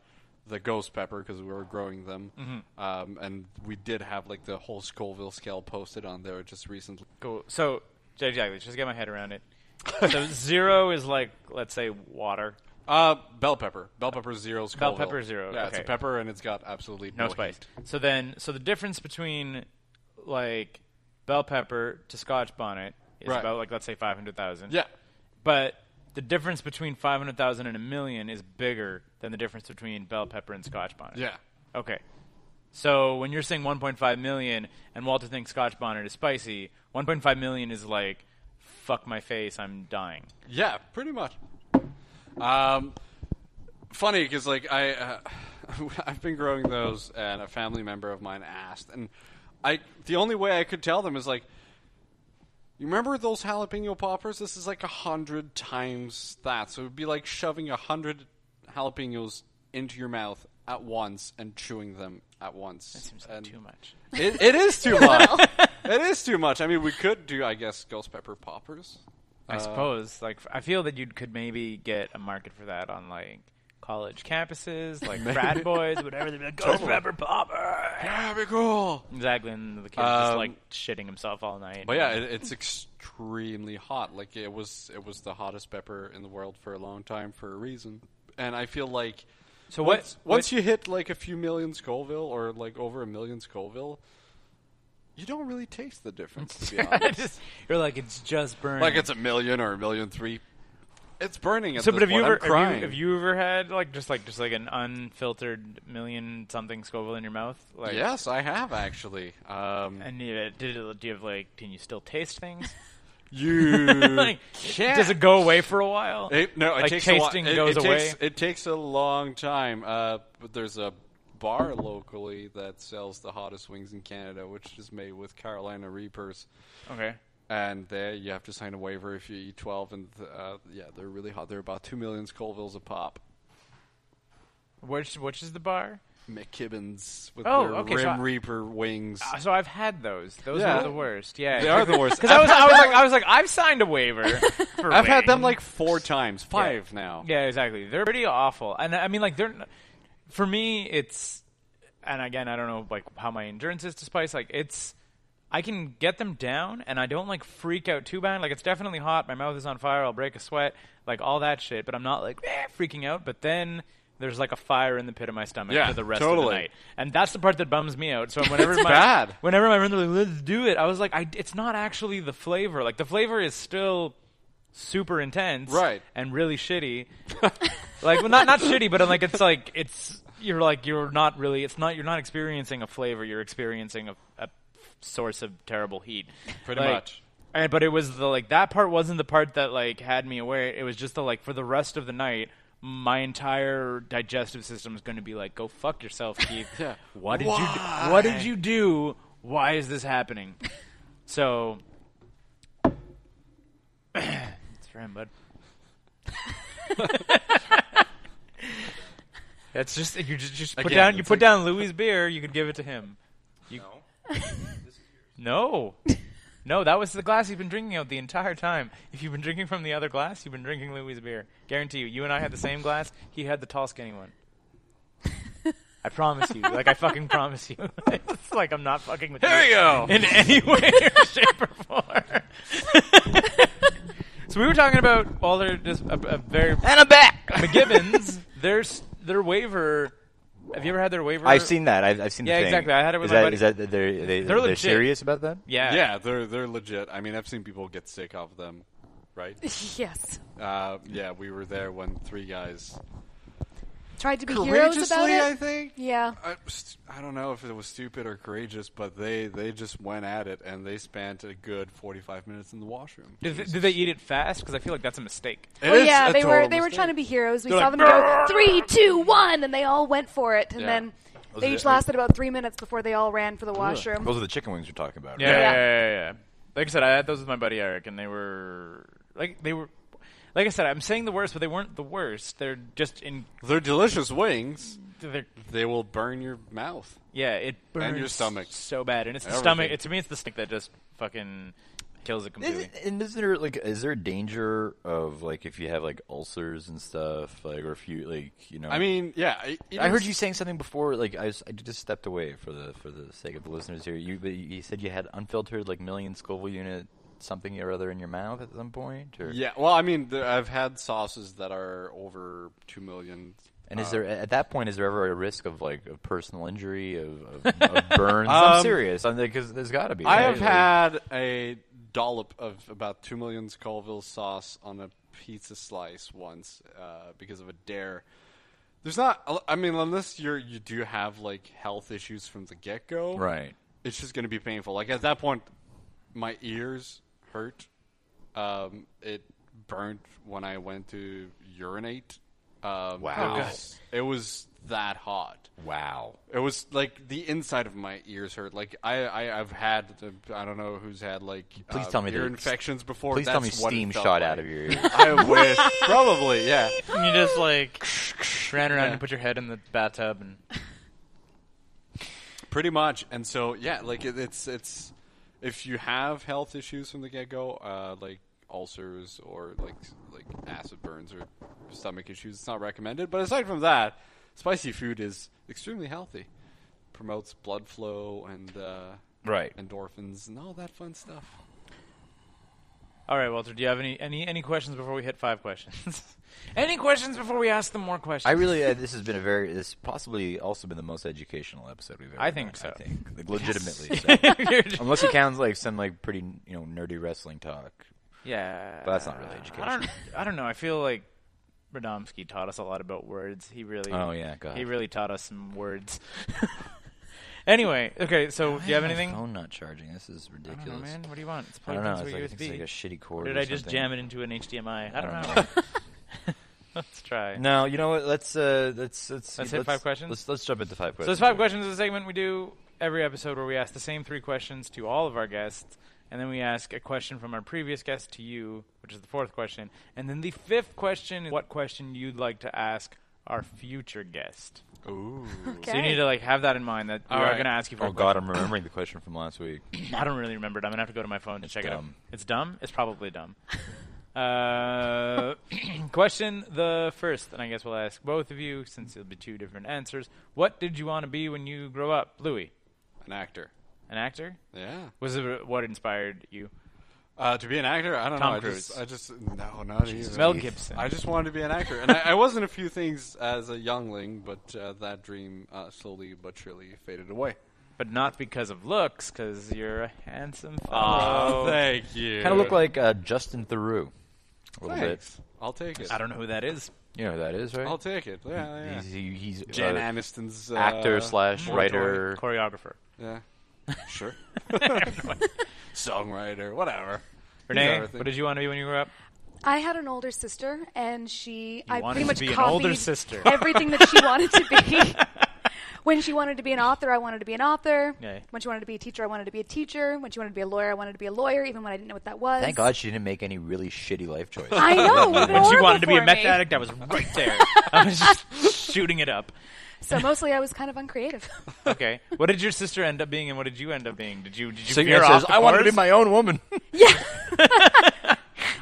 the ghost pepper because we were growing them,
Mm-hmm.
um, and we did have like the whole Scoville scale posted on there just recently.
Cool. So exactly, just to get my head around it. so zero is like let's say water.
Uh, bell pepper, bell pepper zero. Scoville.
pepper zero,
Yeah, it's a
okay.
pepper and it's got absolutely
no
heat.
spice. So then, so the difference between like bell pepper to Scotch bonnet is
Right.
about like let's say five hundred thousand.
Yeah,
But the difference between five hundred thousand and a million is bigger than the difference between bell pepper and Scotch bonnet.
yeah.
Okay. So when you're saying one point five million and Walter thinks Scotch bonnet is spicy, one point five million is like fuck my face, I'm dying.
Yeah, pretty much. Um, funny because like I, uh, I've been growing those, and a family member of mine asked, and I the only way I could tell them is like, you remember those jalapeno poppers? This is like a hundred times that, so it would be like shoving a hundred jalapenos into your mouth at once and chewing them at once. That
Seems like too much.
It, it is too much. it is too much. I mean, we could do, I guess, ghost pepper poppers. Uh,
I suppose. Like, f- I feel that you could maybe get a market for that on like college campuses, like frat boys, whatever. They'd be like, "Ghost Pepper Popper."
Yeah, that'd be cool.
Exactly, and the kid just
Um,
like shitting himself all night.
But yeah, it, it's extremely hot. Like it was, it was the hottest pepper in the world for a long time for a reason. And I feel like
So what?
once, once you hit like a few million Scoville or like over a million Scoville, you don't really taste the difference. To be honest,
just, you're like, it's just burning.
like it's a million or a million three, it's burning. At
so,
this
but have you,
point. I'm
ever, have
crying.
you have you ever had like just like just like an unfiltered million something Scoville in your mouth? Like,
Yes, I have actually. Um,
And uh, did it, do you have like? Can you still taste things?
you
like,
can't.
does it go away for a while?
It, no, it
like
takes
tasting
a while.
goes
it, it
away.
Takes, it takes a long time. Uh, but there's a bar locally that sells the hottest wings in Canada, which is made with Carolina Reapers,
okay.
and there you have to sign a waiver if you eat twelve. And uh, yeah, they're really hot. They're about two million Scovilles a pop.
Which which is the bar?
McKibbins with
Oh,
their
okay, so
Rim
I-
Reaper wings.
Uh, So I've had those. Those
Yeah.
are the worst. Yeah,
they are the worst.
Because I was, I was like, I was like, I've signed a waiver. For
I've had them
wings.
like four times, five now.
Yeah, exactly. They're pretty awful, and I mean, like, they're n- for me, it's, and again, I don't know like how my endurance is to spice. Like, it's, I can get them down, and I don't like freak out too bad. Like, it's definitely hot. My mouth is on fire. I'll break a sweat, like all that shit. But I'm not like eh, freaking out. But then. There's like a fire in the pit of my stomach
Yeah,
for the rest of the
totally.
night, and that's the part that bums me out. So whenever my
bad.
whenever my friends are like, "Let's do it," I was like, I, "It's not actually the flavor. Like the flavor is still super intense,
Right.
And really shitty. like well, not not shitty, but I'm like it's like it's you're like you're not really it's not you're not experiencing a flavor. You're experiencing a, a source of terrible heat,
Pretty
Like,
much.
And, but it was the like that part wasn't the part that like had me aware. It was just the like for the rest of the night. My entire digestive system is going to be like, "Go fuck yourself, Keith."
Yeah.
What did you? Do? What did you do? why is this happening? so, it's for him, bud. That's just you just, just put
Again,
down you
it's
put
like-
down Louis' beer. You could give it to him. You, no, no, that was the glass you've been drinking out the entire time. If you've been drinking from the other glass, you've been drinking Louis' beer. Guarantee you. You and I had the same glass. He had the tall, skinny one. I promise you. Like I fucking promise you. it's like I'm not fucking with you
There you go.
in any way, or shape, or form. so we were talking about all their just a, a very and I'm back McGibbons. Their s- their waiver. Have you ever had their waiver?
I've seen that. I've, I've seen.
Yeah,
the thing.
exactly. I had it with
is
my
that,
buddy.
is that they're they,
They're
they're,
legit.
serious about that?
Yeah.
Yeah, they're they're legit. I mean, I've seen people get sick off of them, right?
yes.
Uh, yeah, we were there when three guys
Tried to be heroes
courageously,
about it.
I think.
yeah.
I, st- I don't know if it was stupid or courageous, but they they just went at it and they spent a good forty five minutes in the washroom.
Did, they- did they eat it fast? Because I feel like that's a mistake.
It
well,
is
yeah,
a
they were
total
they were
mistake.
trying to be heroes. We
They're
saw
like,
them go three, two, one, and they all went for it. And
Yeah.
then
Those
they
are
each
the-
lasted about three minutes before they all ran for the washroom.
Those are the chicken wings you're talking about.
Yeah,
Right?
yeah, yeah, yeah, yeah. Like I said, I had those with my buddy Eric, and they were like they were. Like I said, I'm saying the worst, but they weren't the worst. They're just in.
They're delicious wings.
They're,
They will burn your mouth.
yeah, it burns
your stomach.
so bad, and it's the
Everything.
stomach. It, to me, it's the stomach that just fucking kills it completely.
Is it, and is there like is there a danger of like if you have like ulcers and stuff like or if you like you know
I mean, yeah. e, I,
I heard you saying something before like I, was, I just stepped away for the for the sake of the listeners here you but you said you had unfiltered like million Scoville unit something or other in your mouth at some point or
Yeah, well, I mean, there, I've had sauces that are over two million.
and
uh,
is there at that point is there ever a risk of like of personal injury of, of, of burns I'm
Um,
serious I'm because there's got to be
I
right? Like-
have had a dollop of about two million Scoville sauce on a pizza slice once uh, because of a dare. There's not. I mean, unless you're you do have like health issues from the get go,
right
It's just going to be painful. Like at that point, my ears hurt. Um, it burnt when I went to urinate. Um,
Wow.
It was, it was that hot.
wow
It was like the inside of my ears hurt. Like I, I I've had, I don't know who's had like
Please
uh,
tell me
ear
that-
infections before.
please tell me
That's what it
steam
felt
shot
like.
out of your ear.
I wish, probably, yeah.
And you just like ran around and
Yeah.
put your head in the bathtub and
Pretty much, and so yeah, like it, it's it's if you have health issues from the get go, uh, like ulcers or like like acid burns or stomach issues, it's not recommended. But aside from that, spicy food is extremely healthy. Promotes blood flow and uh,
Right.
endorphins and all that fun stuff.
all right walter do you have any any any questions before we hit five questions any questions before we ask them more questions
I really uh, this has been a very this possibly also been the most educational episode we've ever
I think
done,
so.
I think like, legitimately so.
You're just-
unless it counts like some like pretty you know nerdy wrestling talk
yeah
but that's not really
Uh, i don't
educational
i don't know i feel like radomski taught us a lot about words he really
Oh, yeah, God.
he really taught us some words anyway okay so do you have anything
phone not charging this is
I
ridiculous
don't know, man. What do you want? It's
I don't
plugged
know.
into
It's
a
like, I
USB.
think it's like a shitty
or
cord.
did
or
I just
something.
jam it into an HDMI? I don't,
don't
know. Let's try.
No, you know what? Let's uh, let's let's
Let's hit five questions?
Let's let's jump into five
So
questions.
there's five questions is a segment we do every episode where we ask the same three questions to all of our guests, and then we ask a question from our previous guest to you, which is the fourth question, and then the fifth question is what question you'd like to ask our future guest.
Ooh.
Okay.
So you need to like have that in mind that we
All
are
right.
going to ask you for.
Oh
a
God, I'm remembering the question from last week.
question. I don't really remember it. I'm gonna have to go to my phone to
It's
check it out.
dumb.
It's dumb. It's probably dumb. Uh, question the first, and I guess we'll ask both of you since it'll be two different answers. What did you want to be when you grow up, Louis?
An actor.
An actor?
Yeah.
Was it what inspired you?
Uh, to be an actor, I don't
Tom
know.
Cruise.
I just, I just no, not even.
Mel Gibson.
I just wanted to be an actor, and I, I was in a few things as a youngling, but uh, that dream uh, slowly but surely faded away.
but not because of looks, because you're a handsome
Oh.
fellow.
thank you.
Kind of look like uh, Justin Theroux. A little
Thanks. I'll take it.
I don't know who that is.
bit. You know who that is, right?
I'll take it. Yeah, yeah.
He's, he, he's
Jen
uh,
Aniston's uh,
actor slash writer.
Choreographer.
Yeah, sure. Songwriter, whatever.
Renee,
everything.
what did you want to be when you grew up?
I had an older sister, and she I
wanted to
pretty much
be an
copied
older sister.
everything that she wanted to be. When she wanted to be an author, I wanted to be an author.
Yeah.
When she wanted to be a teacher, I wanted to be a teacher. When she wanted to be a lawyer, I wanted to be a lawyer, even when I didn't know what that was.
Thank God she didn't make any really shitty life choices.
I know. would've been
When she
horrible
wanted to be a
for
meth
me.
addict, I was right there. I was just shooting it up.
So mostly I was kind of uncreative.
Okay. What did your sister end up being, and what did you end up being? Did you did you
so
veer
your
off
says,
the
I wanted to be
course?
my own woman.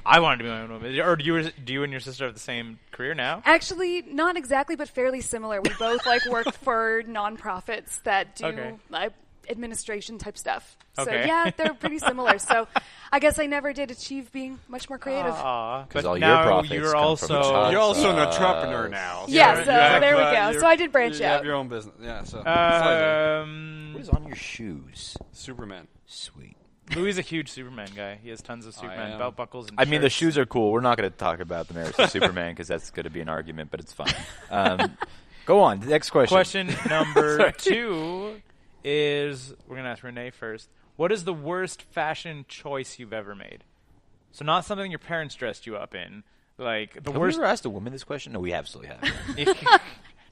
I wanted to be my own woman. Or do you do you and your sister have the same career now?
Actually, not exactly, but fairly similar. We both like work for nonprofits that do
Okay.
like, administration type stuff.
Okay.
So yeah, they're pretty similar. So I guess I never did achieve being much more creative.
Aw, but
all your
now
profits
you're
come from
also
the child.
You're also an entrepreneur now.
yeah,
right,
so
right.
Oh, there we
Uh,
go.
you're-
So I did branch
you
out. Uh,
have your own business. Yeah. So
What
Um,
is on your shoes?
Superman.
Sweet.
Louis is a huge Superman guy. He has tons of Superman
am.
belt buckles. And
I mean, the
shirts.
shoes are cool. We're not going to talk about the merits of Superman because that's going to be an argument, but it's fine. Um, go on. Next question.
Question number
Sorry.
two is we're gonna ask Renee first. What is the worst fashion choice you've ever made? So not something your parents dressed you up in, like the
Have
worst.
we ever asked a woman this question? No, we absolutely have.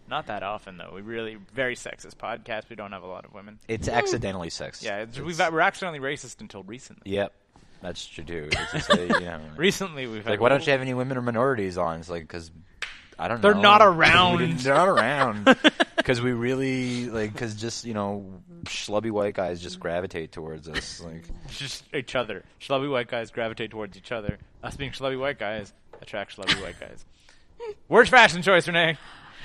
not that often though. We really very sexist podcast. We don't have a lot of women.
it's accidentally sexist.
Yeah, it's, we've, we're accidentally racist until recently.
Yep. That's true, too. It's just, uh, you know,
Recently, we've
like,
had
why don't you have any women or minorities on? It's like, because I don't
They're
know.
not
'Cause we
around.
didn't- They're not around. Because we really, like, because just, you know, schlubby white guys just gravitate towards us. Like,
just each other. Schlubby white guys gravitate towards each other. Us being schlubby white guys attract schlubby white guys. Worst fashion choice, Renee.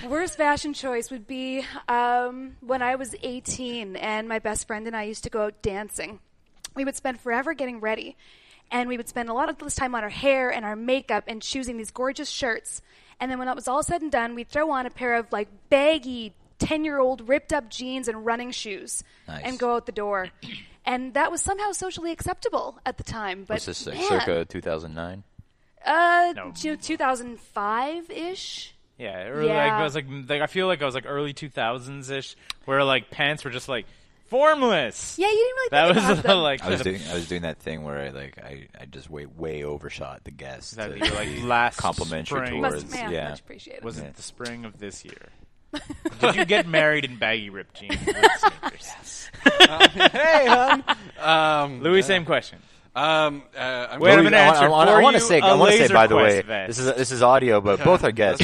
Worst fashion choice would be um, when I was 18 and my best friend and I used to go out dancing. We would spend forever getting ready, and we would spend a lot of this time on our hair and our makeup and choosing these gorgeous shirts. And then when that was all said and done, we'd throw on a pair of like baggy 10 year old ripped up jeans and running shoes
Nice.
and go out the door. And that was somehow socially acceptable at the time. But
what's this, like,
man,
circa 2009?
uh,
No.
2005 ish.
Yeah, or like
Yeah.
I was like, like I feel like I was like early two thousands ish, where like pants were just like formless.
Yeah, you didn't really
that
think
was
about them.
like
I was
the-
doing I was doing that thing where I like I, I just way way overshot the guest.
That
to
you, like,
be
last
complimentary
spring.
towards
Must, man,
yeah.
much appreciated.
was
Yeah.
it the spring of this year? Did you get married in baggy ripped jeans? and sneakers?
hey, hon. Um,
Louis, same question.
Um, uh, I'm
Wait a
Louis,
minute,
I wa-
answer
I, want,
for
I want to
you,
say
a
I want to say
laser
by the
quest
way
vest.
this is this is audio, but both our guests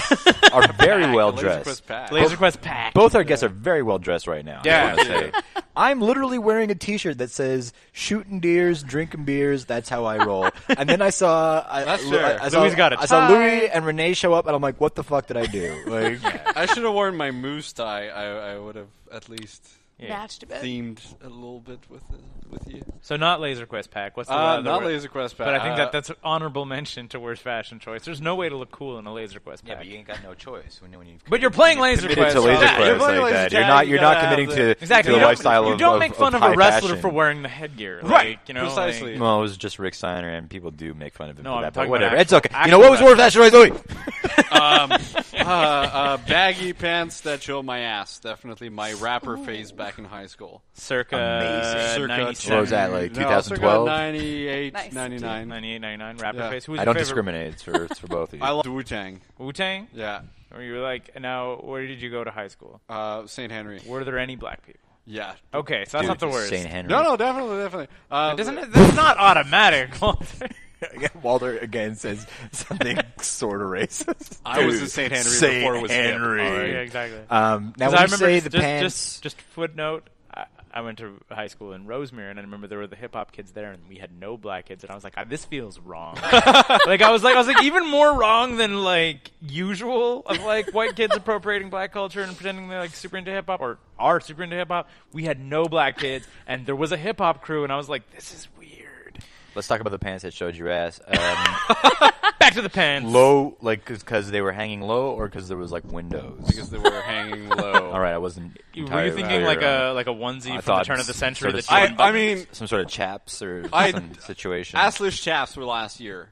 are very well
Laser
dressed.
quest pack.
Laser Quest pack.
Both our guests are very well dressed right now. I
Yeah.
wanna say. I'm literally wearing a T-shirt that says "Shooting deers, drinking beers." That's how I roll. And then I saw I,
That's
I-
fair.
I saw,
Louis got a
I saw
tie.
Louis and Renee show up, and I'm like, "What the fuck did I do?" Like,
I should have worn my moose tie. I, I would have at least
matched a bit.
themed a little bit with uh, with you.
So not Laser Quest pack. What's the
Uh,
other
not
word?
laser quest,
But I think
uh,
that that's honorable mention to worst fashion choice. There's no way to look cool in a Laser Quest pack.
ain't got no choice when, when you.
But you're playing Laser
committed
Quest.
to laser
Yeah,
quest
you're playing
like
Laser
that. You're
Quest.
not you're not
gotta have
committing
the-
to,
Exactly.
to
you
the
don't-
lifestyle
you
of
don't
of-
make fun of,
high
a wrestler
fashion.
for wearing the headgear,
Right.
Like, you know,
Precisely.
like-
Well, it was just Rick Steiner, and people do make fun of him
No,
for
I'm
that.
talking
But
about
whatever,
actual-
it's okay. You know
actual
what was worth that choice? Louis?
um, uh, uh, baggy pants that show my ass. Definitely my rapper phase back in high school.
circa
Amazing.
Circa
97,
What was that, like,
No, circa
2012?
98,
Nice.
99.
98, 99, rapper
Yeah.
face. Who's
I
your
don't
favorite?
discriminate. It's for it's for both of you.
I love Wu Tang.
Wu Tang.
Yeah.
Or you were like, now where did you go to high school?
Uh, St. Henry.
Were there any black people?
Yeah.
Okay, so that's
Dude,
not the worst.
Saint Henry.
No, no, definitely, definitely. Uh,
Doesn't it? That's not automatic. Walter.
Walter again says something sort of racist.
I was in St. Henry before it was hip. All
yeah,
right.
exactly.
Um, now when
'Cause I
you
remember
say
just,
the
just,
pants,
just just footnote. I, I went to high school in Rosemere, and I remember there were the hip hop kids there, and we had no black kids, and I was like, "Ah, this feels wrong. like I was like I was like even more wrong than like usual of like white kids appropriating black culture and pretending they're like super into hip hop or are super into hip hop. We had no black kids, and there was a hip hop crew, and I was like, this is weird.
let's talk about the pants that showed your ass. Um,
Back to the pants.
low, like because they were hanging low, or because there was like windows.
because they were hanging low.
All right, I wasn't.
Were you
entirely
thinking
clear
like
on-
a like a onesie
I
from the
thought
turn of the
s-
century?
sort of
that you
sort
I,
of-
I mean,
some sort of chaps or
I-
some situation.
assless chaps were last year,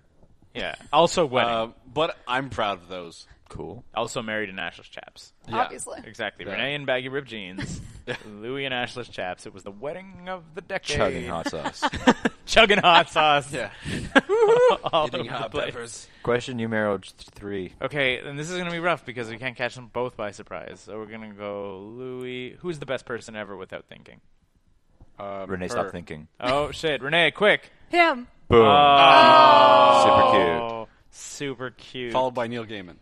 yeah. Also wedding.
uh, but I'm proud of those.
Cool.
Uh, Also married in Ashless chaps.
Obviously.
Exactly.
Yeah.
Renee in baggy ripped jeans. Louis in ashless chaps. It was the wedding of the decade.
Chugging hot sauce.
Chugging hot sauce.
Yeah.
All over
Eating
the
hot
place.
peppers.
Question numero th- three.
Okay, and this is going to be rough because we can't catch them both by surprise. So we're going to go Louis. Who's the best person ever without thinking?
Um,
Renee,
her.
stop thinking.
Oh, shit. Renee, quick.
Him.
Boom. Super cute.
Oh, super cute.
Followed by Neil Gaiman.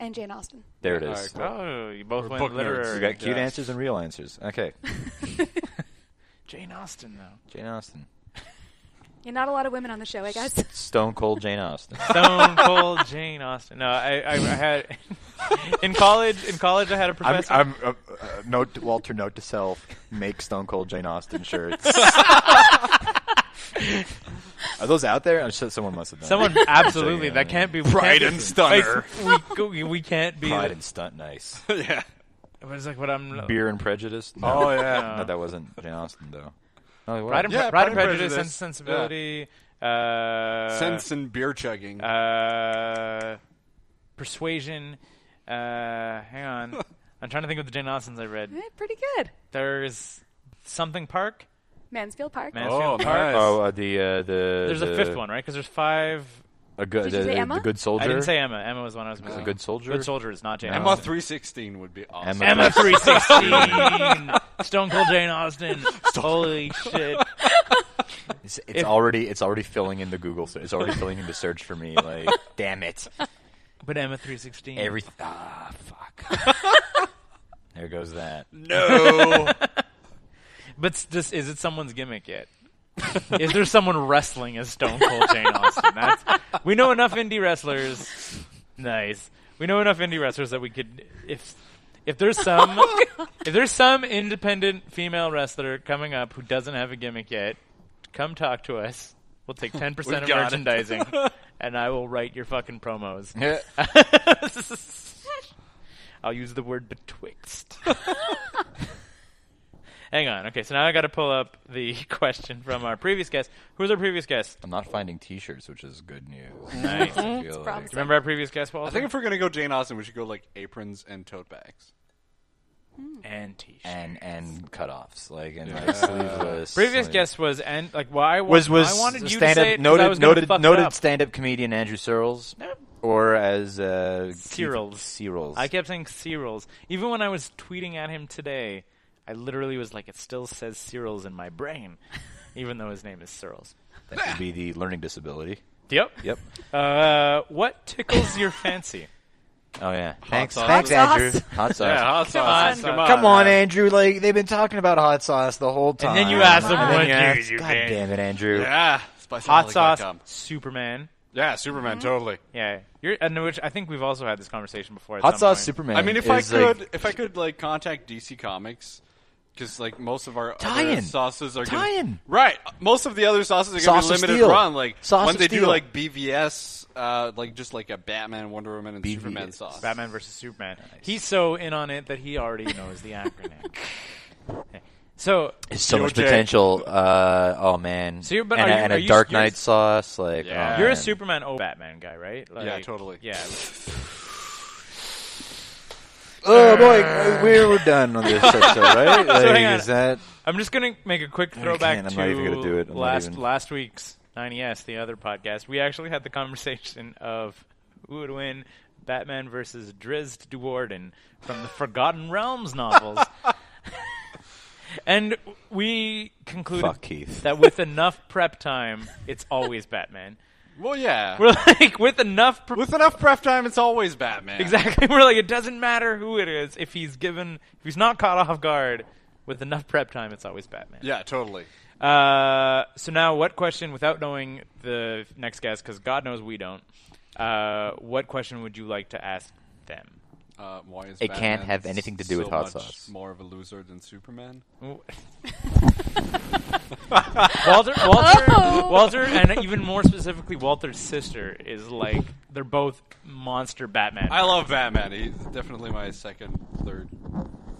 And Jane Austen.
There it
All
is.
right,
Oh, you both
We're
went
book nerds.
literary.
We got cute
Yeah.
answers and real answers. Okay.
Jane Austen, though.
Jane Austen.
You're not a lot of women on the show, I guess.
Stone Cold Jane Austen.
Stone Cold Jane Austen. No, I, I, I had in college. In college, I had a
I'm,
professor.
I'm uh, uh, note to- Walter. Note to self: make Stone Cold Jane Austen shirts.
Eh,
Are those out there? I'm sure someone must have done.
Someone absolutely that can't be
Pride
can't be-
and stunner.
Like, we, go- we, we can't be.
Pride and stunt, nice.
yeah.
but it's like what I'm.
Beer and Prejudice. No.
Oh, yeah.
No, that wasn't Jane Austen though. Oh, it was.
Pride and,
Yeah,
Pride and
Pride and
Prejudice, Sense
Prejudice.
and Sensibility. Uh,
Sense and beer chugging.
Uh, persuasion. Uh, hang on. I'm trying to think of the Jane Austens I read.
Eh, Pretty good.
There's something Park.
Mansfield Park.
oh,
Mansfield Park.
nice.
Oh, uh, the uh, the
There's
the-
a fifth one, right? Because there's five.
A good,
Did you
the,
say
the-
Emma?
the good soldier.
I didn't say Emma. Emma was one I was missing.
a good soldier.
Good soldier is not Jane.
Emma
Austen.
316 would be awesome.
Emma
Uh, Emma 316. Stone Cold Jane Austen. Holy shit.
It's, it's already it's already filling in the Google. se- It's already filling in the search for me. Like, damn it!
But Emma 316.
Every ah fuck. there goes that.
No.
But s- just is it someone's gimmick yet? is there someone wrestling as Stone Cold Jane Austen? That's, we know enough indie wrestlers. Nice. We know enough indie wrestlers that we could if if there's some
Oh,
if there's some independent female wrestler coming up who doesn't have a gimmick yet, come talk to us. We'll take ten percent of
got it.
merchandising, and I will write your fucking promos.
Yeah.
I'll use the word betwixt. Hang on. Okay, so now I got to pull up the question from our previous guest. Who was our previous guest?
I'm not finding T-shirts, which is good news.
Nice. Mm-hmm.
I feel like-
promising.
Remember our previous guest, Walter?
I think if we're going to go Jane Austen, we should go like aprons and tote bags.
and t
and and cutoffs, like and like sleeveless.
Previous
like-
guest was and like why well,
was was
I wanted you to
stand-up-
say it 'cause I was
noted
gonna
noted
fuck it
noted
up.
stand up comedian Andrew Searles, or as uh, Keith-
Searles.
Searles.
I kept saying Cyril's. Even when I was tweeting at him today, I literally was like, it still says Cyril's in my brain, even though his name is Searles.
that would be the learning disability.
Yep.
Yep.
Uh, what tickles your fancy?
Oh yeah. Thanks,
sauce.
thanks,
Hot
Andrew.
sauce.
Hot sauce.
hot
sauce, come on.
Come on, Andrew. Like they've been talking about hot sauce the whole time.
And then you ask
And
him
then
what
you
years
ask-
you've
God
been.
damn it, Andrew.
Yeah.
Hot sauce, Mm-hmm.
spiceaholic.com.
Superman.
Yeah, Superman, totally.
Yeah, you're, and which I think we've also had this conversation before. At
Hot
some
sauce
point.
Superman.
I mean, if I
is, like,
could, if I could, like contact DC Comics, because like most of our other
Tie-in.
sauces are gonna-
Tie-in.
right. Most of the other sauces are going
Sauce
to
of
be limited
Steel.
run. Like
Sauce
when
of
they do
Steel.
like BVS, uh, like just like a Batman, Wonder Woman, and Superman
BVS.
sauce.
Batman versus Superman. He's so in on it that he already knows the acronym. So,
There's so
Yo,
much
Jay.
potential. Uh, oh man.
So you're- but
and
are
a,
you-
and
are
a
you-
Dark
you're-
Knight sauce. Like
Yeah.
oh,
you're a
man.
Superman oh Batman guy, right? Like,
totally.
Yeah.
Oh boy, uh, we're we're done on this episode, right? Like,
hang on.
is that
I'm just gonna make a quick
I
throwback
can't.
to
I'm not even gonna do it. I'm not
last
even-
last week's 90s, the other podcast. We actually had the conversation of who would win Batman versus Drizzt Duwarden from the Forgotten Realms novels. And we concluded
Fuck Keith.
that with enough prep time, it's always Batman.
Well, yeah.
We're like, with enough pre-
With enough prep time, it's always Batman.
Exactly. We're like, it doesn't matter who it is. If he's given, if he's not caught off guard, with enough prep time, it's always Batman.
Yeah, totally.
Uh, so now, what question, without knowing the next guest, because God knows we don't, uh, what question would you like to ask them?
Uh, why is
It can't
Batman
have anything to do
so
with hot
much
sauce.
More of a loser than Superman.
Walter, Walter,
Oh.
Walter, and even more specifically, Walter's sister is like they're both monster Batman.
I love Batman. He's definitely my second, third,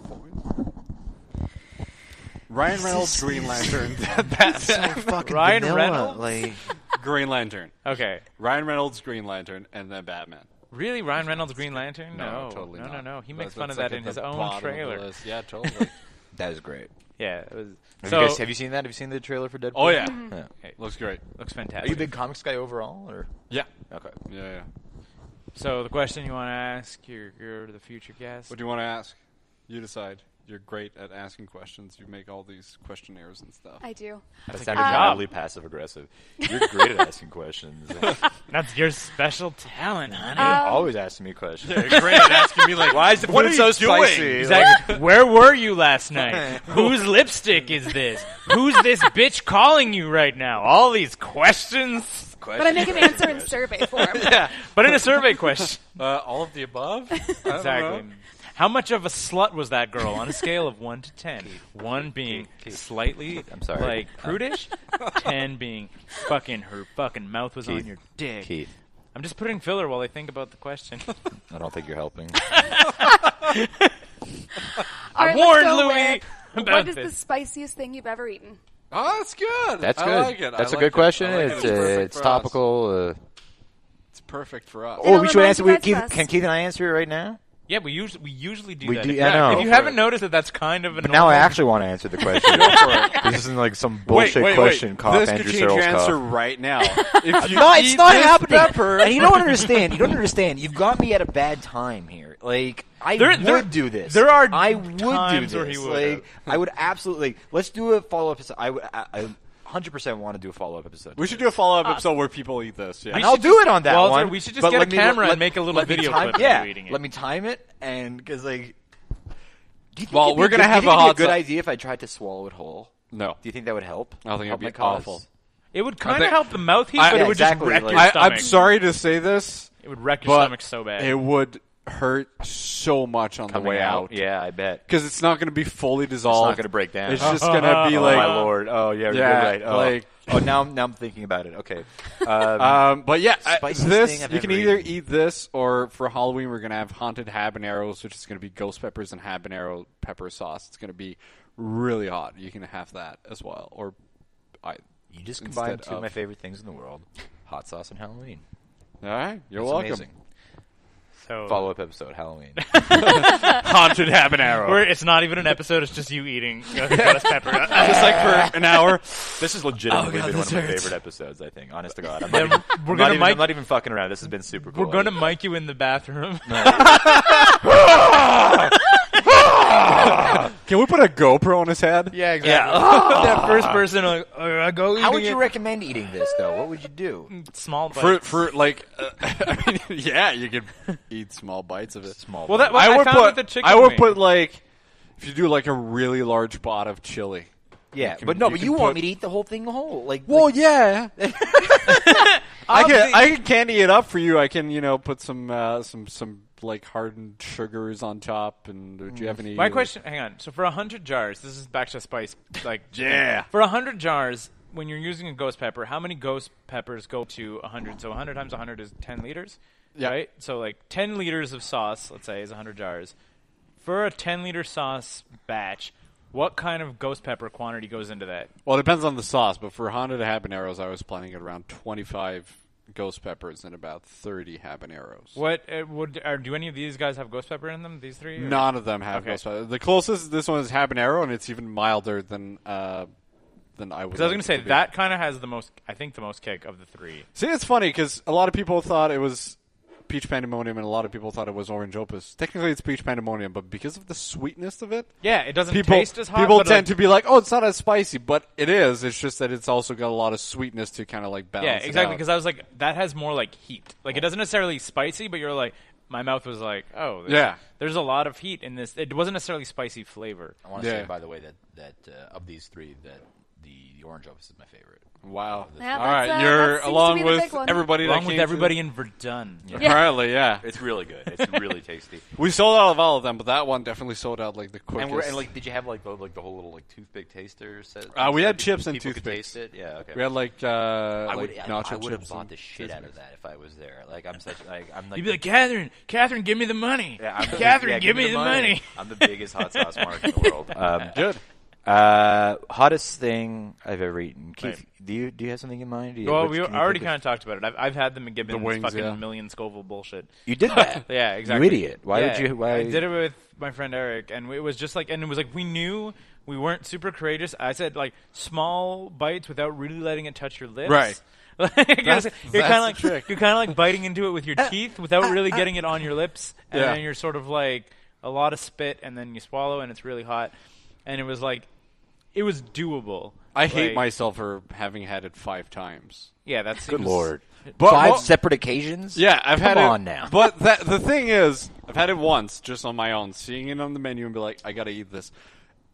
fourth. Ryan Reynolds, Green Lantern.
fucking
Ryan
vanilla,
Reynolds?
Like
Green Lantern.
okay,
Ryan Reynolds, Green Lantern, and then Batman.
Really, Ryan Reynolds, Green Lantern?
No, totally
no,
not.
no, no. He
That-
makes
that's
fun of
like
that
at
in
the
his own
bottom of the
trailer.
list. Yeah, totally.
That is great.
Yeah, it was.
Have,
so
you guys, have you seen that? Have you seen the trailer for Deadpool?
oh yeah,
Yeah.
looks great.
looks
Are
fantastic.
you a big comics guy overall, or
Yeah,
okay?
yeah, yeah.
So the question you want to ask your your to the future guest?
What do you want to ask? You decide. You're great at asking questions. You make all these questionnaires and stuff.
I do.
That
a
sounded
good job.
mildly passive aggressive. You're great at asking questions.
That's your special talent, honey.
always asking me questions.
You're great at asking me like,
Why is the
what
food
are
so
you doing?
spicy?
Exactly. Where were you last night? Whose lipstick is this? Who's this bitch calling you right now? All these questions,
But I make him answer in survey form.
but in a survey question.
Uh, all of the above. I don't know.
Exactly. How much of a slut was that girl on a scale of one to ten? One being slightly,
I'm sorry.
like prudish. ten being fucking her fucking mouth was on
Keith.
your dick.
Keith,
I'm just putting filler while I think about the question.
I don't think you're helping.
All
I
right,
warned
let's go
Louis
with,
about
What is
this.
the spiciest thing you've ever eaten?
Oh, that's good.
That's
I
good.
like it. I
That's a
like
good
it.
question.
I like it.
it's uh,
perfect
it's
for us.
topical. Uh,
It's perfect for us.
oh,
It'll
we should
remind
answer.
you
We,
guys
Keith,
of us.
can Keith and I answer it right now?
Yeah, we usually we usually do
We
that.
do-
if,
I
you-
know.
if
Go
you
for
haven't
it.
noticed that, that's kind of a
But now I
normal-
actually want to answer the question. this isn't like some bullshit question. Cop
this
Andrew
could change your
Searles
answer
cough.
right now. if you
No,
eat
it's not
this
happening.
pepper-
And you don't understand. You don't understand. You've got me at a bad time here. Like I
There-
would
there-
do this.
there are
I would do
times
this.
where he would have.
like I would absolutely. Let's do a follow up. I would. I, I 100% want to do a follow up episode.
we should do a follow up episode where people eat this. Yeah.
We
And I'll
should
do
just-
it on that
Walter,
one.
we should just
but
get a
let me-
camera and
let-
make a little
let me
video
time,
clip of
yeah,
you eating it.
Let me time it and because like. Do you think
Well,
it'd be
we're
a
gonna
good- do
have
you think it'd
a hot
be a good
sauce.
idea if I tried to swallow it whole.
no.
Do you think that would help?
I
Help
think it'd be
my cause?
awful.
It would kind of
think-
help the mouth heat,
I-
but
Yeah,
it would
exactly,
just wreck
like-
your
I,
stomach.
I'm sorry to say this,
It would wreck your
but
stomach so bad.
it would hurt so much on the way out.
Yeah, I bet.
Because it's not going to be fully dissolved.
gonna break down.
It's just going to be
oh
like,
my lord! Oh yeah, you're
Yeah,
right. Oh,
like-
oh now, I'm- now I'm thinking about it. Okay, um,
Um, but yeah, I-
Spiciest
this
thing I've
you can
ever
either
eaten.
eat this or for Halloween we're gonna have haunted habaneros, which is gonna be ghost peppers and habanero pepper sauce. It's gonna be really hot. You can have that as well, or I.
you just
instead
combined two of
of-
my favorite things in the world: hot sauce and Halloween.
All right, you're
It's
welcome.
amazing.
so
Follow up episode Halloween.
Haunted habanero.
Or it's not even an episode; it's just you eating uh, ghost pepper.
just like for an hour.
this has legitimately been one of my favorite episodes. I think, honest to God, I'm not, even,
we're
I'm not
gonna
even-
mic-
I'm not even fucking around. This has been super cool.
We're going to mic you in the bathroom.
Can we put a GoPro on his head?
yeah, Oh.
that first person, like, uh, I go.
How
eating
would you
it.
recommend eating this though? What would you do?
small bites.
For for like, uh, I mean, yeah, you could eat small bites of it.
Small.
Well, that
bite.
well, I,
would
found
put
with the chicken.
I would
wing.
put like if you do like a really large pot of chili.
yeah,
can-
but no,
you
but
can
you want
put-
me to eat the whole thing whole? Like,
Well,
like-
yeah. I can
Obvi-
I can candy it up for you. I can you know put some uh, some some like hardened sugars on top. And do you have any?
Mm. My question, hang on. So for hundred jars, this is back to spice. Like
Yeah.
for hundred jars, when you're using a ghost pepper, how many ghost peppers go to hundred? So hundred times hundred is ten liters.
Yeah.
Right. So like ten liters of sauce, let's say, is hundred jars. For a ten liter sauce batch, what kind of ghost pepper quantity goes into that?
Well, it depends on the sauce, but for haunted habaneros, I was planning at around twenty five ghost peppers and about thirty habaneros.
What uh, would are, do any of these guys have ghost pepper in them? These three? or-
None of them have
Okay.
ghost peppers. The closest this one is habanero, and it's even milder than uh, than I was.
Because I was going to say that kind of has the most, I think, the most kick of the three.
See, it's funny because a lot of people thought it was peach pandemonium, and a lot of people thought it was orange opus. Technically, it's peach pandemonium, but because of the sweetness of it,
Yeah, it doesn't
people
taste as hot.
people
but,
tend
like,
to be like, "Oh, it's not as spicy," but it is. It's just that it's also got a lot of sweetness to kind of like balance.
Yeah,
it
exactly.
out.
Because I was like, that has more like heat. Like it doesn't necessarily spicy, but you're like, my mouth was like, oh, there's,
Yeah.
There's a lot of heat in this. It wasn't necessarily spicy flavor.
I want to
Yeah.
say, by the way, that that uh, of these three, that the, the orange opus is my favorite.
wow.
Yeah,
All
that's,
right,
uh, that
you're
seems to be
along
the
with
big one.
everybody. that
Along with
came to-
everybody in Verdun.
Apparently, yeah.
It's really good. It's really tasty.
We sold out of all of them, but that one definitely sold out like the quickest.
And, we're, and like, did you have like the like the whole little like toothpick taster set?
Uh, we
so
had
people-
chips and
people could
toothpicks.
Taste it. Yeah. Okay.
we had like uh,
I
like
would.
nacho
I, I would have
chips
bought
and
the shit out of
Cheetos.
that if I was there. Like I'm such. Like I'm like.
You'd be like, Catherine, Catherine, give me the money.
Yeah, I'm the-
Catherine,
yeah,
give, me the money.
I'm the biggest hot sauce mark in the world. Um,
Good.
Uh, hottest thing I've ever eaten. Keith,
Right.
do you do you have something in mind? Do you-
Well,
which
we
can you
already
think
kind of talked about it. I've, I've had the McGibbons
wings,
fucking
yeah.
million Scoville bullshit.
You did that.
Yeah,
You
exactly.
idiot. Why
Yeah,
would you- why-
I did it with my friend Eric, and it was just like, and it was like we knew we weren't super courageous. I said like small bites without really letting it touch your lips.
Right.
Like, you're
the
kind of like
trick.
you're kind of like biting into it with
Uh,
your teeth without really getting it on your lips, and
Yeah.
then you're sort of like a lot of spit, and then you swallow, and it's really hot, and it was like it was doable.
I hate
Like,
myself for having had it five times.
yeah. That's
Good lord.
But
Five
what-
separate occasions.
Yeah, I've
Come
had it.
on now.
But that, the thing is, I've had it once, just on my own, seeing it on the menu and be like, I gotta eat this.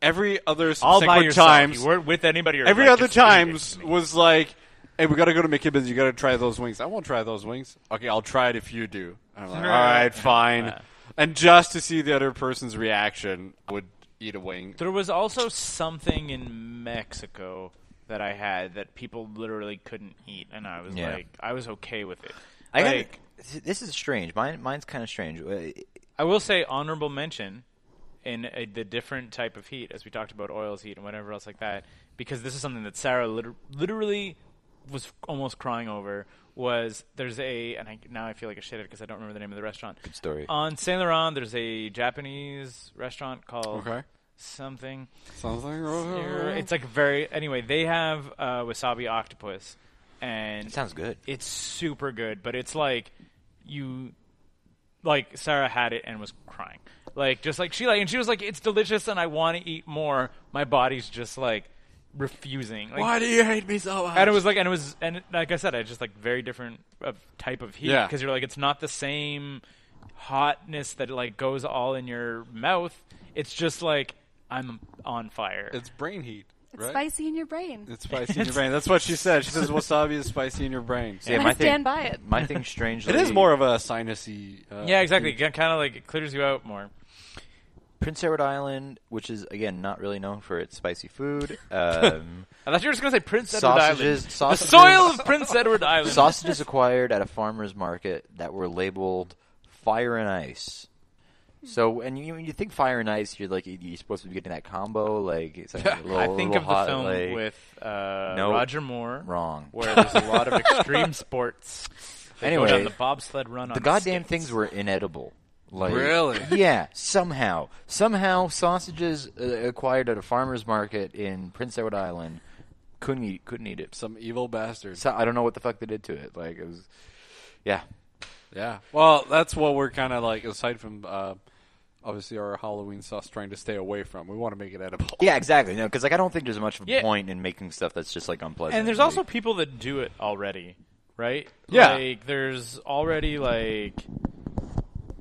Every other
all by
subsequent
yourself.
times,
you weren't with anybody. Or
every
like,
other
just eating it.
times was like, "Hey, we gotta go to McKibbins. You gotta try those wings. I won't try those wings. Okay, I'll try it if you do." And I'm like, "All right, fine." And just to see the other person's reaction, I would eat a wing.
There was also something in Mexico that I had that people literally couldn't eat, and I was
Yeah.
like, I was okay with it.
I gotta-
like,
this is strange. Mine, mine's kind of strange. Uh,
I will say honorable mention in a, the different type of heat, as we talked about oils heat and whatever else like that, because this is something that Sarah liter- literally was almost crying over. Was there's a and I, now I feel like a shithead because I don't remember the name of the restaurant. Good
story.
On Saint Laurent, there's a Japanese restaurant called
Okay.
something.
Something.
You're- It's like very. Anyway, they have uh, wasabi octopus, and
it sounds good.
it's super good. But it's like you, like Sarah had it and was crying, like just like she like, and she was like, "It's delicious, and I want to eat more." My body's just like refusing. Like,
do you hate me so much?
and it was like, and it was, and it- like I said, it's just like very different of type of heat
Yeah.
because you're like, it's not the same hotness that like goes all in your mouth. It's just like I'm on fire.
It's brain heat.
It's
right?
spicy in your brain.
It's spicy in your brain. That's what she said. She says wasabi is spicy in your brain.
Yeah,
I
my
stand
thing,
by it.
My thing, strangely,
It is more of a sinusy. Uh,
yeah, exactly. Kind of like it clears you out more.
Prince Edward Island, which is again not really known for its spicy food. Um,
I thought you were just gonna say Prince
Sausages-
Edward Island.
sausages-
The soil of Prince Edward Island.
sausages acquired at a farmer's market that were labeled fire and ice. So, and you when you think fire and ice, you're like you- you're supposed to be getting that combo. Like, it's like a little,
I think
little
of the
hot,
film
like-
with uh,
No.
Roger Moore,
wrong.
where there's a lot of extreme sports. They go
Anyway,
down the bobsled run. on
the goddamn
skates.
things were inedible. Like,
Really?
Yeah. Somehow, somehow, sausages uh, acquired at a farmer's market in Prince Edward Island couldn't eat, couldn't eat it.
Some evil bastard.
So I don't know what the fuck they did to it. Like it was, yeah.
yeah. Well, that's what we're kind of like, aside from uh, obviously our Halloween sauce, trying to stay away from. We want to make it edible.
Yeah, exactly. No, because like I don't think there's much of a
Yeah.
point in making stuff that's just like unpleasant.
And there's
Like,
also people that do it already, right?
Yeah.
Like there's already like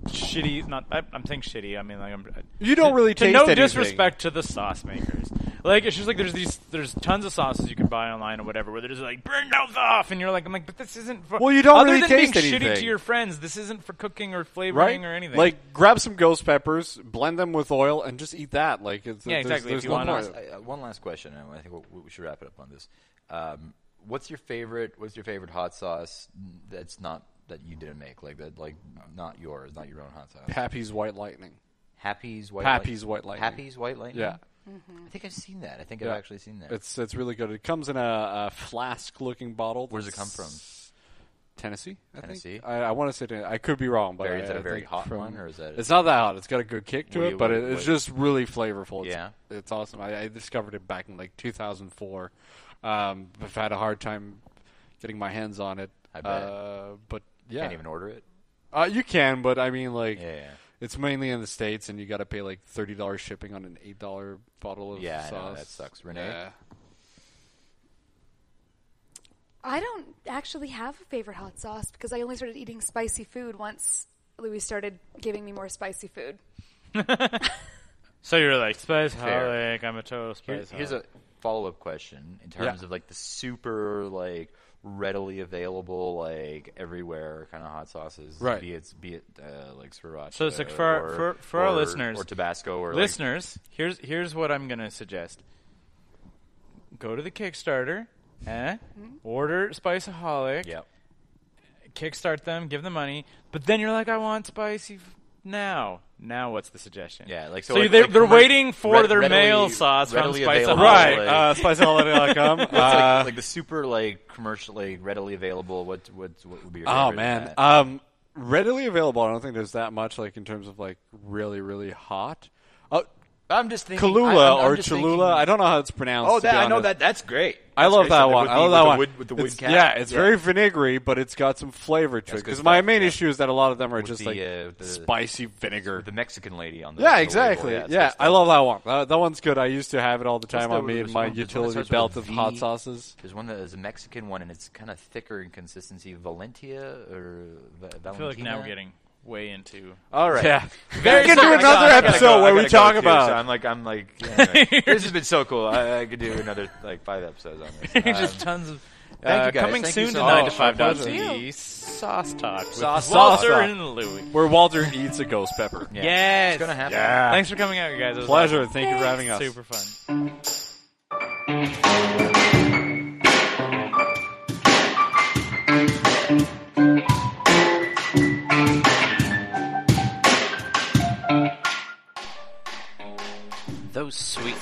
shitty. Not I, I'm saying shitty. I mean like I'm.
You don't
to-
really
to
taste
no
anything.
disrespect to the sauce makers. Like it's just like there's these there's tons of sauces you can buy online or whatever where they're just like burn those off and you're like I'm like but this isn't for
Well, you don't
other
really
than
taste
being shitty to
anything.
your friends this isn't for cooking or
Right?
flavoring or anything
Like, grab some ghost peppers, blend them with oil, and just eat that. Like, it's,
Yeah,
there's-
exactly, if
There's
you
no
one
want
point.
last, I- uh, one last question. and I think we we should wrap it up on this. Um, what's your favorite? What's your favorite hot sauce that's not that you didn't make? Like that, like not yours, not your own hot sauce.
Pappy's White Lightning.
Happy's white.
Pappy's
Light-
White Lightning.
Happy's white lightning.
Yeah.
I think I've seen that. I think
Yeah.
I've actually seen that.
It's it's really good. It comes in a, a flask-looking bottle.
Where does it come from?
Tennessee. I
Tennessee?
Think. I, I want to say Ten- I could be wrong, but
Very-
I,
is that a
I
very
think
hot
from-
one, or is that-
It's not that hot. It's got a good kick to
What do
it,
you-
but
what-
it, it's
what-
just really flavorful. It's,
Yeah.
it's awesome. I, I discovered it back in like 2004. Um, I've had a hard time getting my hands on it.
I bet.
Uh, but yeah,
Can't even order it.
Uh, you can, but I mean, like,
Yeah, yeah.
it's mainly in the states, and you got to pay like thirty dollars shipping on an eight dollar bottle of
Yeah, I know,
sauce.
that sucks. Renee?
Yeah.
I don't actually have a favorite hot sauce because I only started eating spicy food once Louis started giving me more spicy food.
so you're like spice
Fair.
holic I'm a total
Here-
spice
here's
holic."
a follow-up question in terms of like the super like readily available like everywhere kind of hot sauces
Right.
be it be it uh, like sriracha
So it's like for our-
or,
for- for our
or-
listeners-
or tabasco or like-
listeners here's here's what i'm gonna suggest go to the kickstarter eh?
Hmm?
order spiceaholic
yep
kickstart them give them money but then you're like i want spicy f- now. Now what's the suggestion?
Yeah, like, so
so,
like-
they're,
like
they're
re-
waiting for
re-
their
readily-
mail sauce from
readily
Spice Up.
available,
Right.
like-
Uh, SpiceHoliday.com.
It's
uh,
like, like the super like commercially readily available. What what what would be your
Oh
favorite
man,
at?
um, readily available. I don't think there's that much like in terms of like really really hot. Oh,
I'm just thinking
Kalula
I- I'm- I'm
or
just
Cholula.
thinking-
I don't know how it's pronounced.
Oh,
to
that,
be
I know
honest.
that. That's great.
I
That's
love
great.
that
So
one.
with
I
the-
love that one.
With the wood, with the wood
It's-
cap.
Yeah, it's very vinegary, but it's got some flavor to it.
That's good
Because my
stuff,
main
yeah.
issue is that a lot of them are
With
just
the,
like
uh, the-
spicy vinegar.
the Mexican lady on the on
yeah,
the label.
exactly. Yeah,
it's good
I
stuff.
love that one. That, that one's good. I used to have it all the time
the-
on me in
there's
my
one- there's one that
utility
starts
belt
with
of
a
hot
V.
sauces.
There's one that is a Mexican one, and it's kind of thicker in consistency. Valentia or Va- Valentina.
I feel like now we're getting way into.
All right.
Yeah,
Very
We can do
sorry.
another
I gotta
episode
go. I
where we
gotta go
talk
too,
about-
so I'm like, I'm like, yeah, anyway. this has been so cool. I, I could do another like five episodes on this. Uh,
just tons of.
thank
um, uh,
you guys.
Coming
Thank you
soon
so
to
much.
9
Oh,
to
my
5 dot
pleasure.
TV Sauce Talk with
Sauce
Walter
Talk.
and Louie.
where Walter eats a ghost pepper.
Yeah.
Yes.
It's gonna happen.
Yeah,
Thanks for coming out, you guys. It was
pleasure. Thank you for having us.
Super fun.
Those sweet,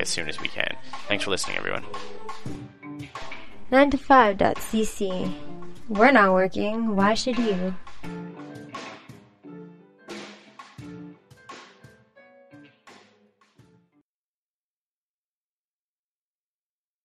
as soon as we can. Thanks for listening, everyone.
9to5.cc. We're not working. Why should you?